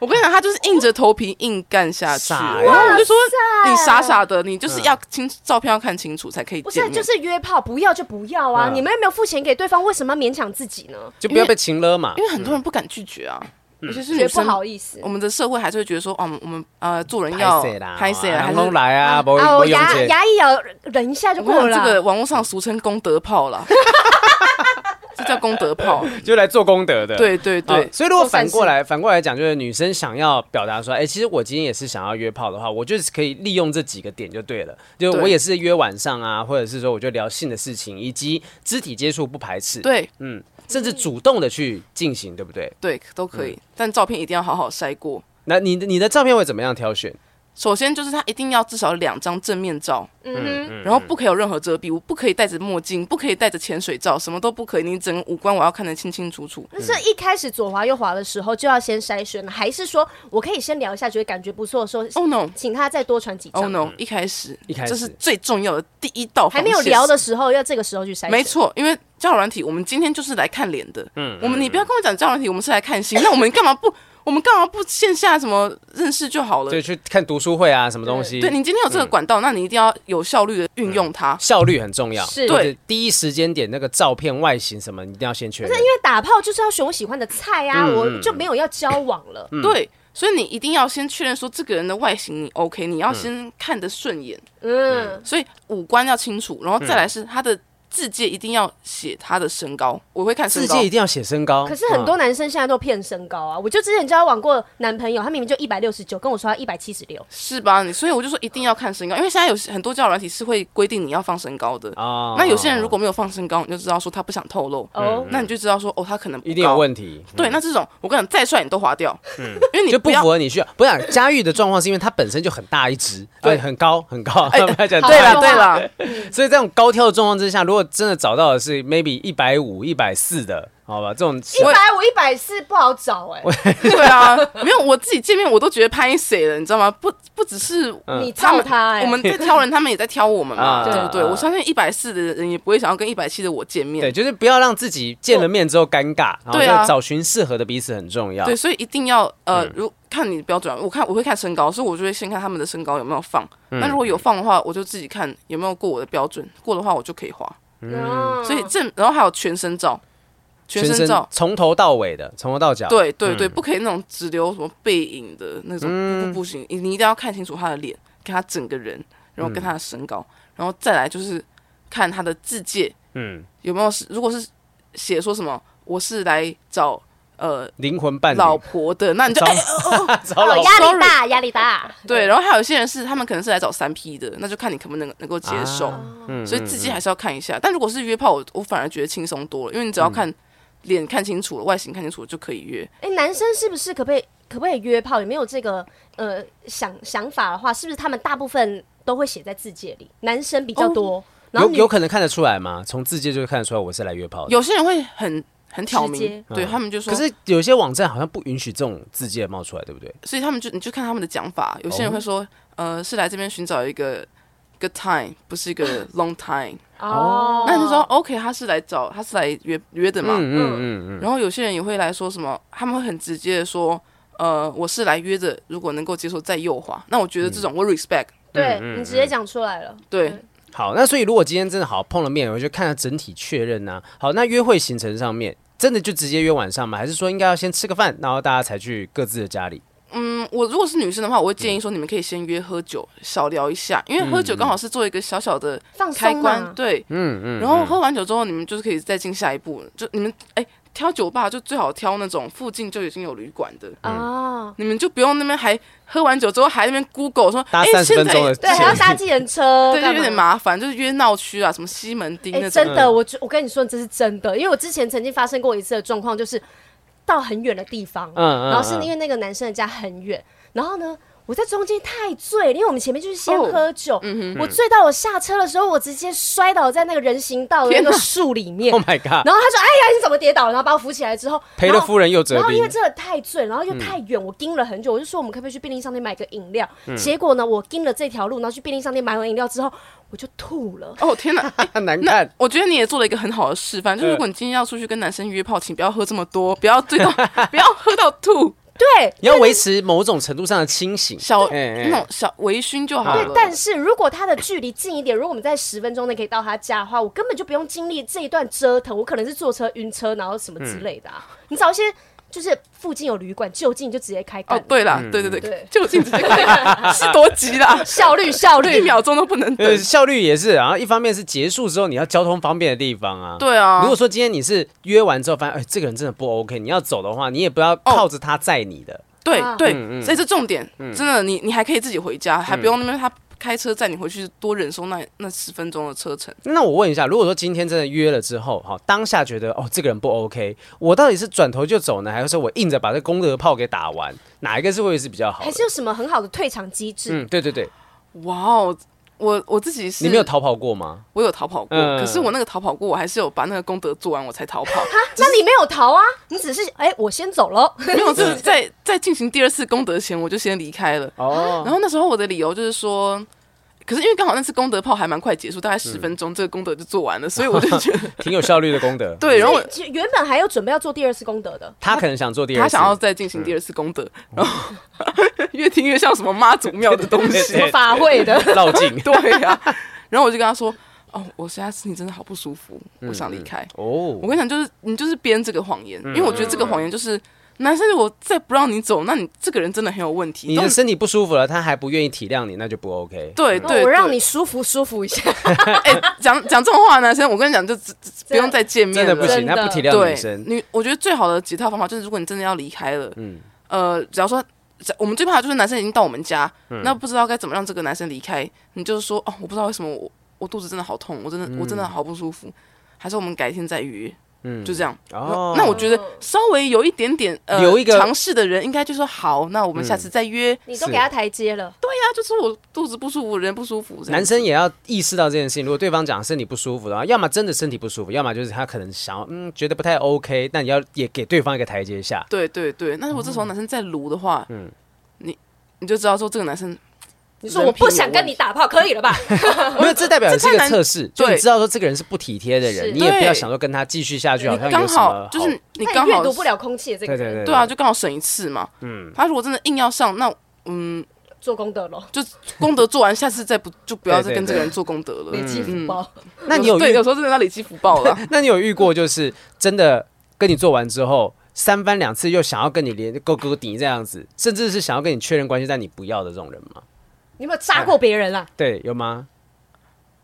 S3: 我跟你讲，他就是硬着头皮硬干下去。
S1: 傻
S3: 然后我就说
S4: 塞
S3: 你傻傻的，你就是要清照片要看清楚才可以
S4: 不是
S3: 见面。
S4: 就是约炮，不要就不要啊！
S1: 嗯
S4: 你们又没有付钱给对方，为什么要勉强自己呢？
S1: 就不要被情勒嘛
S3: 因。为很多人不敢拒绝啊，尤其是
S4: 觉
S3: 女
S4: 得不
S3: 生。
S4: 好意思
S3: 我。们的社会还是会觉得说，哦，我们呃做人要
S1: 谁啦？
S3: 拍谁啦，还
S1: 还
S3: 是
S1: 能来啊？不
S4: 啊，
S1: 不
S4: 我
S1: 用
S4: 牙
S1: 接。
S4: 牙一咬，忍一下就
S3: 我
S4: 过
S3: 跟
S4: 了
S3: 你
S4: 啊。
S3: 讲这个网络上俗称功德炮啦，这叫功德炮。
S1: 就来做功德的。
S3: 对对
S1: 啊。
S3: 对，
S1: 所以如果
S4: 做善
S1: 反
S4: 事
S1: 过来反过来讲，就是女生想要表达说，哎、其实我今天也是想要约炮的话，我就是可以利用这几个点就对了。就
S3: 对
S1: 我也是约晚上啊，或者是说我就聊性的事情，以及肢体接触不排斥，，
S3: 对
S1: 嗯，甚至主动的去进行，对不对？
S3: 对都可以，但照片一定要好好筛过。
S1: 那你的你的照片会怎么样挑选？
S3: 首先就是他一定要至少两张正面照，
S1: 嗯
S4: 嗯哼，
S1: 嗯
S3: 然后不可以有任何遮蔽物，不可以戴着墨镜，不可以戴着潜水罩，什么都不可以。你整个五官我要看得清清楚楚。
S4: 那是一开始左滑右滑的时候就要先筛选了，还是说我可以先聊一下，觉得感觉不错的时候，
S3: Oh no！
S4: 请他再多传几张
S3: Oh no！一开始，
S1: 一开始
S3: 这是最重要的第一道防
S4: 还
S3: 线
S4: 没有聊的时候，要这个时候去筛选。
S3: 没，错，因为交友软体，我们今天就是来看脸的。
S1: 嗯
S3: 嗯，我们你不要跟我讲交友软体，我们是来看心。那我们干嘛不？我们干嘛不线下什么认识就好了？
S1: 就去看读书会啊，什么东西？
S3: 对你今天有这个管道，那你一定要有效率的运用它。
S1: 效率很重要，
S4: 是
S1: 就是第一时间点那个照片外形什么，你一定要先确认。
S4: 因为打炮就是要选我喜欢的菜啊，
S1: 嗯
S4: 我就没有要交往了。
S3: 对，所以你一定要先确认说这个人的外形你 OK，你要
S1: 嗯
S3: 先看得顺眼，
S4: 嗯，
S3: 所以五官要清楚，然后再来是他的字界一定要写他的身高，我会看身
S1: 字
S3: 高
S1: 界一。定要写身高，嗯
S4: 可是很多男生现在都骗身高啊，我就之前交往过男朋友，他明明就一百六十九，跟我说他一百七十六，
S3: 是吧？你所以我就说一定要看身高，因为现在有很多交友软体是会规定你要放身高的。
S1: 嗯啊嗯
S3: 那有些人如果没有放身高，你就知道说他不想透露，
S4: 哦，
S3: 那你就知道说哦，他可能不
S1: 一定有
S3: 高
S1: 问题，嗯
S3: 对，那这种我跟你讲，再帅你都划掉，因为你
S1: 就不
S3: 不要
S1: 符合你需要。不是佳玉的状况是因为她本身就很大一只，
S3: 对
S1: 对，很高很高。 他们还讲
S3: 对
S1: 大
S3: 了对了，
S1: 所以这种高挑的状况之下，如果真的找到的是 maybe 一百五、一百四的，好吧，这种
S4: 一百五、一百四不好找哎、
S3: 对啊，没有我自己见面我都觉得拍谁了，你知道吗？不不只是
S1: 嗯
S4: 你照他哎、
S3: 我们在挑人，他们也在挑我们嘛，
S1: 啊
S3: 对不对？
S1: 对
S3: 我相信一百四的人也不会想要跟一百七的我见面，
S1: 对，就是不要让自己见了面之后尴尬，然后
S3: 对啊
S1: 就找寻适合的彼此很重要。
S3: 对，所以一定要呃，
S1: 嗯
S3: 如看你的标准，我看我会看身高，所以我就会先看他们的身高有没有放。
S1: 嗯
S3: 那如果有放的话，我就自己看有没有过我的标准，过的话我就可以花。
S4: 嗯
S3: 所以正，然后还有全身照，全身照，
S1: 从头到尾的，从头到嗯脚。
S3: 对对对，不可以那种只留什么背影的那种，
S1: 嗯
S3: 不不行，你一定要看清楚他的脸，跟他整个人，然后跟他的身高，然后再来就是看他的字界
S1: 嗯，
S3: 有没有是，如果是写说什么我是来找呃
S1: 灵魂伴侣，
S3: 老婆的，那你就
S1: 找
S3: 哎
S1: 找老
S4: 哦
S1: 婆
S4: 压力大，压力大。
S3: 对，然后还有一些人是他们可能是来找三 P 的，那就看你可不能能够接受，
S1: 嗯
S3: 所以
S1: 嗯
S3: 自己还是要看一下。但如果是约炮，我我反而觉得轻松多了，因为你只要
S1: 嗯
S3: 看脸看清楚了，外形看清楚了就可以约。
S4: 哎、男生是不是可不可以可不可以约炮？有没有这个呃想想法的话，是不是他们大部分都会写在字界里？男生比较多，然后
S1: 哦有
S4: 女
S1: 有可能看得出来吗？从字界就看得出来我是来约炮的。
S3: 有些人会很很挑
S4: 直接
S3: 明，对他们就说，
S1: 可是有些网站好像不允许这种字界冒出来，对不对？
S3: 所以他们就你就看他们的讲法，有些人会说，呃，是来这边寻找一个 good time，不是一个 long time。
S4: 哦，
S3: 那你就说 OK，他是来找他是来约约的嘛？
S1: 嗯嗯嗯
S3: 然后有些人也会来说什么，他们会很直接的说，呃，我是来约的，如果能够接受再右滑。那我觉得这种我 respect，、
S4: 对、你直接讲出来了，
S3: 对，
S1: 嗯。好，那所以如果今天真的好碰了面，我就看了整体确认呢、好，那约会行程上面真的就直接约晚上吗？还是说应该要先吃个饭，然后大家才去各自的家 里？
S3: 嗯，我如果是女生的话，我会建议说你们可以先约喝酒，小聊一下，因为喝酒刚好是做一个小小的
S4: 放
S3: 开
S4: 松
S3: 关，
S4: 嘛。
S3: 对，
S1: 嗯嗯
S3: 然后喝完酒之后，你们就是可以再进下一步，就你们哎。挑酒吧就最好挑那种附近就已经有旅馆的，
S1: 嗯
S4: 哦，
S3: 你们就不用那边还喝完酒之后还那边 Google 说，
S1: 搭
S3: 哎、
S1: 30
S3: 现
S1: 分
S3: 在
S1: 钟的
S4: 对，啊还要搭计程车，
S3: 对，就
S4: 干
S3: 有点
S4: 嘛。
S3: 麻烦，就是约闹区啊，什么西门町
S4: 哎、
S3: 那种。
S4: 真的，我就我跟你说，这是真的，因为我之前曾经发生过一次的状况，就是到很远的地方，
S1: 嗯
S4: 然后是因为那个男生的家很远，然后呢，我在中间太醉了，因为我们前面就是先
S3: 哦
S4: 喝酒，我醉到我下车的时候，我直接摔倒在那个人行道的那
S3: 天
S4: 个
S3: 哪，Oh
S4: 树里面
S1: o h。my Oh god，
S4: 然后他说：“哎呀，你怎么跌倒了？”然后把我扶起来之后，
S1: 赔
S4: 然
S1: 了
S4: 后
S1: 夫人又折
S4: 然后因
S1: 兵
S4: 为。真的太醉，然后又
S3: 嗯
S4: 太远，我盯了很久，我就说我们可不可以去便利商店买个饮料？结果呢，我盯了这条路，然后去便利商店买完饮料之后，我就吐 了。
S3: 哦天哪！哎
S1: 难
S3: 那
S1: 看，
S3: 我觉得你也做了一个很好的示范，就是如果你今天要出去跟男生约炮，请不要喝这么多， 不要醉到，不要喝到吐，
S4: 对，
S1: 你要维持某种程度上的清醒。
S3: 小
S1: 哎哎
S3: 那种小微醺就好
S1: 对
S3: 了。
S4: 但是如果他的距离近一点，如果我们在十分钟内可以到他家的话，我根本就不用经历这一段折腾。我可能是坐车晕车，然后什么之类的、
S3: 嗯
S4: 啊。你找一些就是附近有旅馆，就近就直接开干。
S3: 哦，对
S1: 嗯
S3: 啦，对对
S4: 对
S3: 对，就近直接看 是多急 啦，
S4: 效率效
S3: 一
S4: 率。
S3: 秒钟都不能等
S1: 呃，。效率也是，然后一方面是结束之后你要交通方便的地方啊。
S3: 对啊
S1: 如果说今天你是约完之后发现，哎，这个人真的不 OK，你要走的话，你也不
S3: 哦
S1: 要靠着他载你的。
S3: 对
S4: 啊
S3: 嗯对，所以这重点，真的，你你还可以自己回家，还不用那边他开车载你回去，多忍受那那十分钟的车程。
S1: 那我问一下，如果说今天真的约了之后，好，当下觉得哦这个人不 OK，我到底是转头就走呢，还是说我硬着把这功德炮给打完？哪一个是会是比较好
S4: 还
S1: 的？
S4: 是有什么很好的退场机制？
S1: 嗯，对对对，
S3: 哇哦，我我自己是
S1: 你没有逃跑过吗？
S3: 我有逃跑过，
S1: 嗯
S3: 可是我那个逃跑过，我还是有把那个功德做完，我才逃 跑。
S4: 那你没有逃啊，你只是哎、我先走喽。
S3: 没有，就是在在进行第二次功德前，我就先离开了。
S1: 哦，
S3: 然后那时候我的理由就是说，可是因为刚好那次功德炮还蛮快结束，大概十分钟，这个功德就做完了，所以我就觉 得
S1: 挺有效率的功德。
S3: 对。然后我
S4: 其实 原本还有准备要做第二次功德的，
S1: 他可能想做第二
S3: 他
S1: 次，
S3: 想要再进行第二次功德，然后 越听越像什么妈祖庙的 东西。
S4: 什么法会的，
S1: 绕 境
S3: 对呀、然后我就跟他说：“哦，我现在身体真的好不舒服，
S1: 嗯
S3: 我想离开。
S1: 哦
S3: 我。跟你讲，就是你就是编这个谎言，
S1: 嗯
S3: 因为我觉得这个谎言就是。男生，如果再不让你走，那你这个人真的很有问题。
S1: 你
S3: 都
S1: 的身体不舒服了，他还不愿意体谅你，那就不 OK。
S3: 对对
S4: 我让
S3: 对
S4: 你舒服舒服一下。
S3: 哎讲讲这种话，的男生，我跟你讲，就只只不用再见
S1: 真
S3: 面了，
S1: 的不行，
S4: 真的
S1: 他不体谅女
S3: 对
S1: 生，。
S3: 你我觉得最好的解套方法就是，如果你真的要离开了，嗯，呃，假如说。假我们最怕的就是男生已经到我们家，
S1: 嗯
S3: 那不知道该怎么让这个男生离开，你就是说哦，我不知道为什么我我肚子真的好痛，我真的、我
S1: 嗯
S3: 真的好不舒服，还是我们改天再约，嗯，就这样。
S1: 哦
S3: 那我觉得稍微有一点点呃
S1: 留一个嗯
S3: 尝试的人，应该就说好，那我们下次再约。
S4: 你都给他台阶了，
S3: 对呀、就是我肚子不舒服，人不舒服，这样
S1: 男生也要意识到这件事情。如果对方讲身体不舒服的话，要么真的身体不舒服，要么就是他可能想要嗯觉得不太 OK，那你要也给对方一个台阶下。
S3: 对对对，那如果这时
S1: 哦
S3: 候男生再撸的话，嗯，你你就知道说这个男生，
S4: 你说我不想跟你打炮，可以了吧？
S1: 没有，这代表是一个测试，就你
S3: 对
S1: 知道说这个人是不体贴的
S4: 是
S1: 人，你也不要
S3: 对
S1: 想说跟他继续下去，好
S3: 你
S1: 像有
S3: 刚
S1: 什么
S3: 好就是你
S4: 他
S3: 刚
S4: 也阅
S3: 好
S4: 读不了空气的这个
S1: 对
S4: 人，
S1: 对对
S3: 对啊，就刚好省一次嘛。嗯，他如果真的硬要上，那嗯，
S4: 做功德咯，
S3: 就功德做完，下次再不就不要再
S1: 对对对
S3: 跟
S1: 嗯
S3: 这个人做功德了。
S4: 累积福报。
S1: 那你有
S3: 对，
S1: 遇
S3: 有时候真的要累积福报 了。
S1: 那你有遇过就是真的跟你做完之后三番两次又想要跟你连勾勾底这样子，甚至是想要跟你确认关系但你不要的这种人吗？
S4: 你有没有扎过别人啊？
S1: 对，有 吗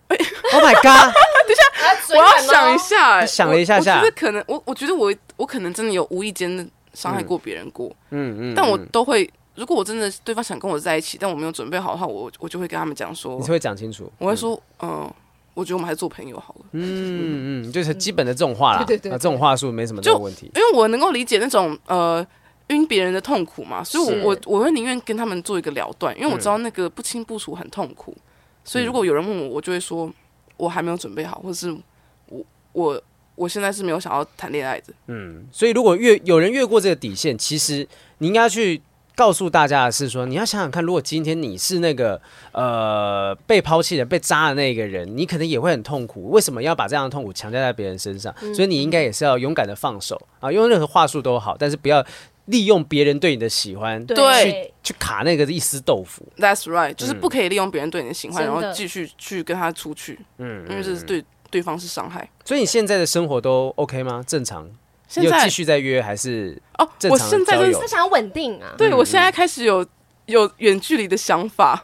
S1: ？Oh my god！
S3: 我要想一下、欸，
S1: 你想了一下下
S3: 我我觉得可能我我觉得我我可能真的有无意间伤害过别人过，
S1: 嗯嗯，
S3: 但我
S1: 嗯
S3: 都会，如果我真的对方想跟我在一起，但我没有准备好的话，我我就会跟他们讲说
S1: 你，是会讲清楚，
S3: 我会说，嗯、我觉得我们还是做朋友好了。
S1: 嗯嗯，就是基本的这种话啦，
S4: 对对对
S1: 啊这种话术没什么大
S3: 就
S1: 问题。
S3: 因为我能够理解那种呃晕别人的痛苦嘛，所以我我我会宁愿跟他们做一个了断，因为我知道那个不清不楚很痛苦，
S1: 嗯
S3: 所以如果有人问我，我就会说我还没有准备好，或者是我我我现在是没有想要谈恋爱的，
S1: 所以如果越有人越过这个底线，其实你应该去告诉大家的是说，你要想想看，如果今天你是那个呃被抛弃的、被渣的那个人，你可能也会很痛苦。为什么要把这样的痛苦强加在别人身上？所以你应该也是要勇敢的放手啊，用任何话术都好，但是不要利用别人对你的喜欢
S3: 对
S1: 去卡那个一丝豆腐。
S3: That's right，就是
S1: 嗯
S3: 不可以利用别人对你的喜欢，
S4: 真
S3: 然
S4: 的
S3: 后继续去跟他出去，嗯，因为这是对对方是伤害。
S1: 所以你现在的生活都 OK 吗？正常？
S3: 现
S1: 你有
S3: 在
S1: 继续在约还是？
S3: 哦，
S1: 正
S3: 我
S1: 常的嗯
S3: 现在
S1: 交
S3: 就
S1: 友
S3: 是
S4: 他想要稳定啊，
S3: 对我现在开始有有远距离的想法，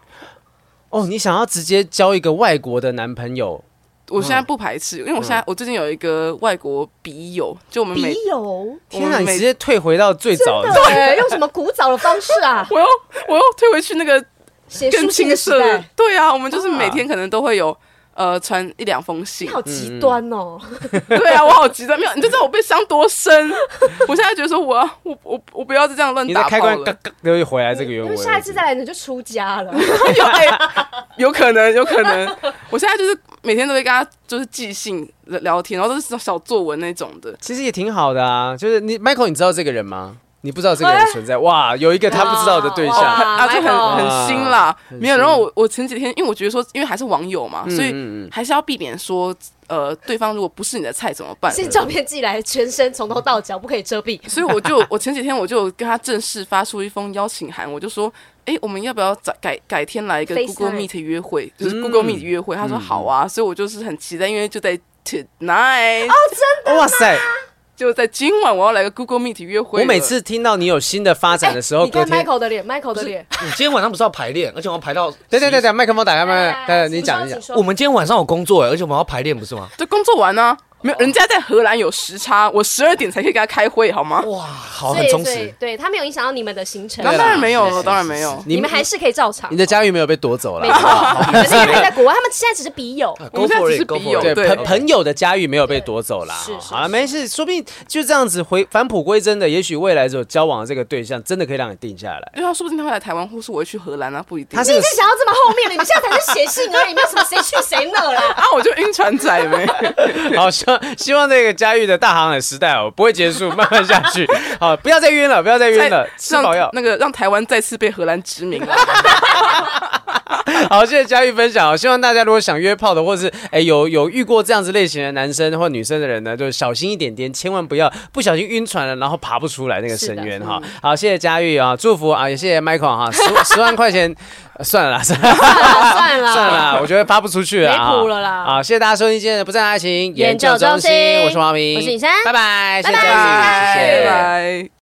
S1: 哦，你想要直接交一个外国的男朋友？
S3: 我现在
S4: 嗯
S3: 不排斥，因为我现在我最近有一个外国笔友，就我们每
S4: 笔友，
S1: 天啊，
S3: 我
S1: 你
S3: 每
S1: 直接退回到最早的
S4: 对，用什么古早的方式啊？
S3: 我又我又退回去那个
S4: 写
S3: 更
S4: 书信
S3: 青
S4: 的时
S3: 涩的
S4: 代，，
S3: 对啊，我们就是每天可能都会有呃传一两封信
S4: 你，好极端哦，
S3: 对啊，我好急的，没有，你就知道我被伤多深。 我现在觉得说我要我我我不要再这样乱
S1: 你的
S3: 打
S1: 开
S3: 炮
S1: 关嘎
S3: 了，
S1: 嘎又回来这个原
S4: 因
S1: 文
S4: 为
S1: 了。
S4: 下一次再来你就出家了，
S3: 有哎，有可能有可能， 我现在就是每天都会跟他就是寄信聊聊天，然后都是小作文那种的。
S1: 其实也挺好的啊，就是你 Michael，你知道这个人吗？你不知道这个人存在哇，有一个他不知道的对
S4: 哎哇
S1: 象，
S3: 啊，就很
S4: Michael
S3: 很新啦，没有。然后我我前几天，因为我觉得说，因为还是网友嘛，所
S1: 嗯
S3: 以还是要避免说，呃，对方如果不是你的菜怎么办？
S4: 先照片寄来，全身从头到脚不可以遮蔽。
S3: 所以我就我前几天我就跟他正式发出一封邀请函，我就说，哎、我们要不要改改改天来一个
S4: FaceTime
S3: Google Meet 约会，就是 Google Meet 约会？他说好啊，所以我就是很期待，因为就在 tonight，、
S1: 哇 塞！
S3: 就在今晚我要来个 Google Meet 约
S1: 我
S3: 会了。
S1: 每次听到你有新的发展的时候，
S4: 哎你
S1: 隔
S4: 看
S1: 天，
S4: Michael 的脸，Michael 的脸，
S5: 你今天晚上不是要排练，而且我要排到
S1: 对对对对，麦克风打开，麦克
S4: 来
S1: 风，对，
S4: 请
S1: 你讲一
S4: 说
S1: 讲
S4: 请。说
S5: 我们今天晚上有工作，而且我们要排练，不是吗？
S3: 就工作完呢、啊没有，人家在荷兰有时差，我十二点才可以跟他开会，好吗？
S5: 哇，好，
S4: 所
S5: 哦很
S4: 以
S5: 充
S4: 所以
S5: 实。
S4: 对他没有影响到你们的行程
S3: 那，
S5: 对啦
S3: 当然没有
S5: 是
S3: 了，
S5: 是
S3: 当然没有。
S4: 你们还是可以照常
S1: 你。的家玉没有被夺走
S4: 没
S1: 了。
S4: 错，可是他们在国外，他们现在只是笔友。
S3: 我们现在只是
S5: Go for it，go
S3: 笔友
S5: for it
S1: 对
S3: 对
S1: 朋朋友的家玉没有被夺走啦。
S4: 是是
S1: 好了，没事，说不定就这样子回返璞归真的，也许未来有交往的这个对象真的可以让你定下来。
S3: 因为他说不定他会来台湾，或是我会去荷兰啊，不一定。
S1: 他是
S4: 你
S1: 个
S4: 已经想到这么后面了，你们现在才是写信而已，没有什么谁去谁哪啦。
S3: 啊，我就晕船仔没。
S1: 好，希望希望这个佳玉的大航海时代哦不会结束，慢慢下去。好，不要再晕了，不要再 晕 了，吃
S3: 让
S1: 饱药。
S3: 那个让台湾再次被荷兰殖民了。
S1: 好，谢谢佳玉分享哦。希望大家如果想约炮的，或是哎有有遇过这样子类型的男生或女生的人呢，就小心一点点，千万不要不小心晕船了，然后爬不出来那个深渊哈。
S4: 嗯
S1: 好，谢谢佳玉啊，祝福啊，也谢谢 Michael 哈，十十万块钱。 呃算了啦，算了啦，
S4: 算了
S1: 算了啦，我觉得发不出去了啊，
S4: 没谱了啦
S1: 好，谢谢大家收听今天的《不正常爱情
S4: 研究中
S1: 中
S4: 心
S1: 我是黄明，
S4: 我是尹珊
S1: 拜拜，谢谢
S4: 拜
S1: 佳玉，谢谢
S3: 拜拜。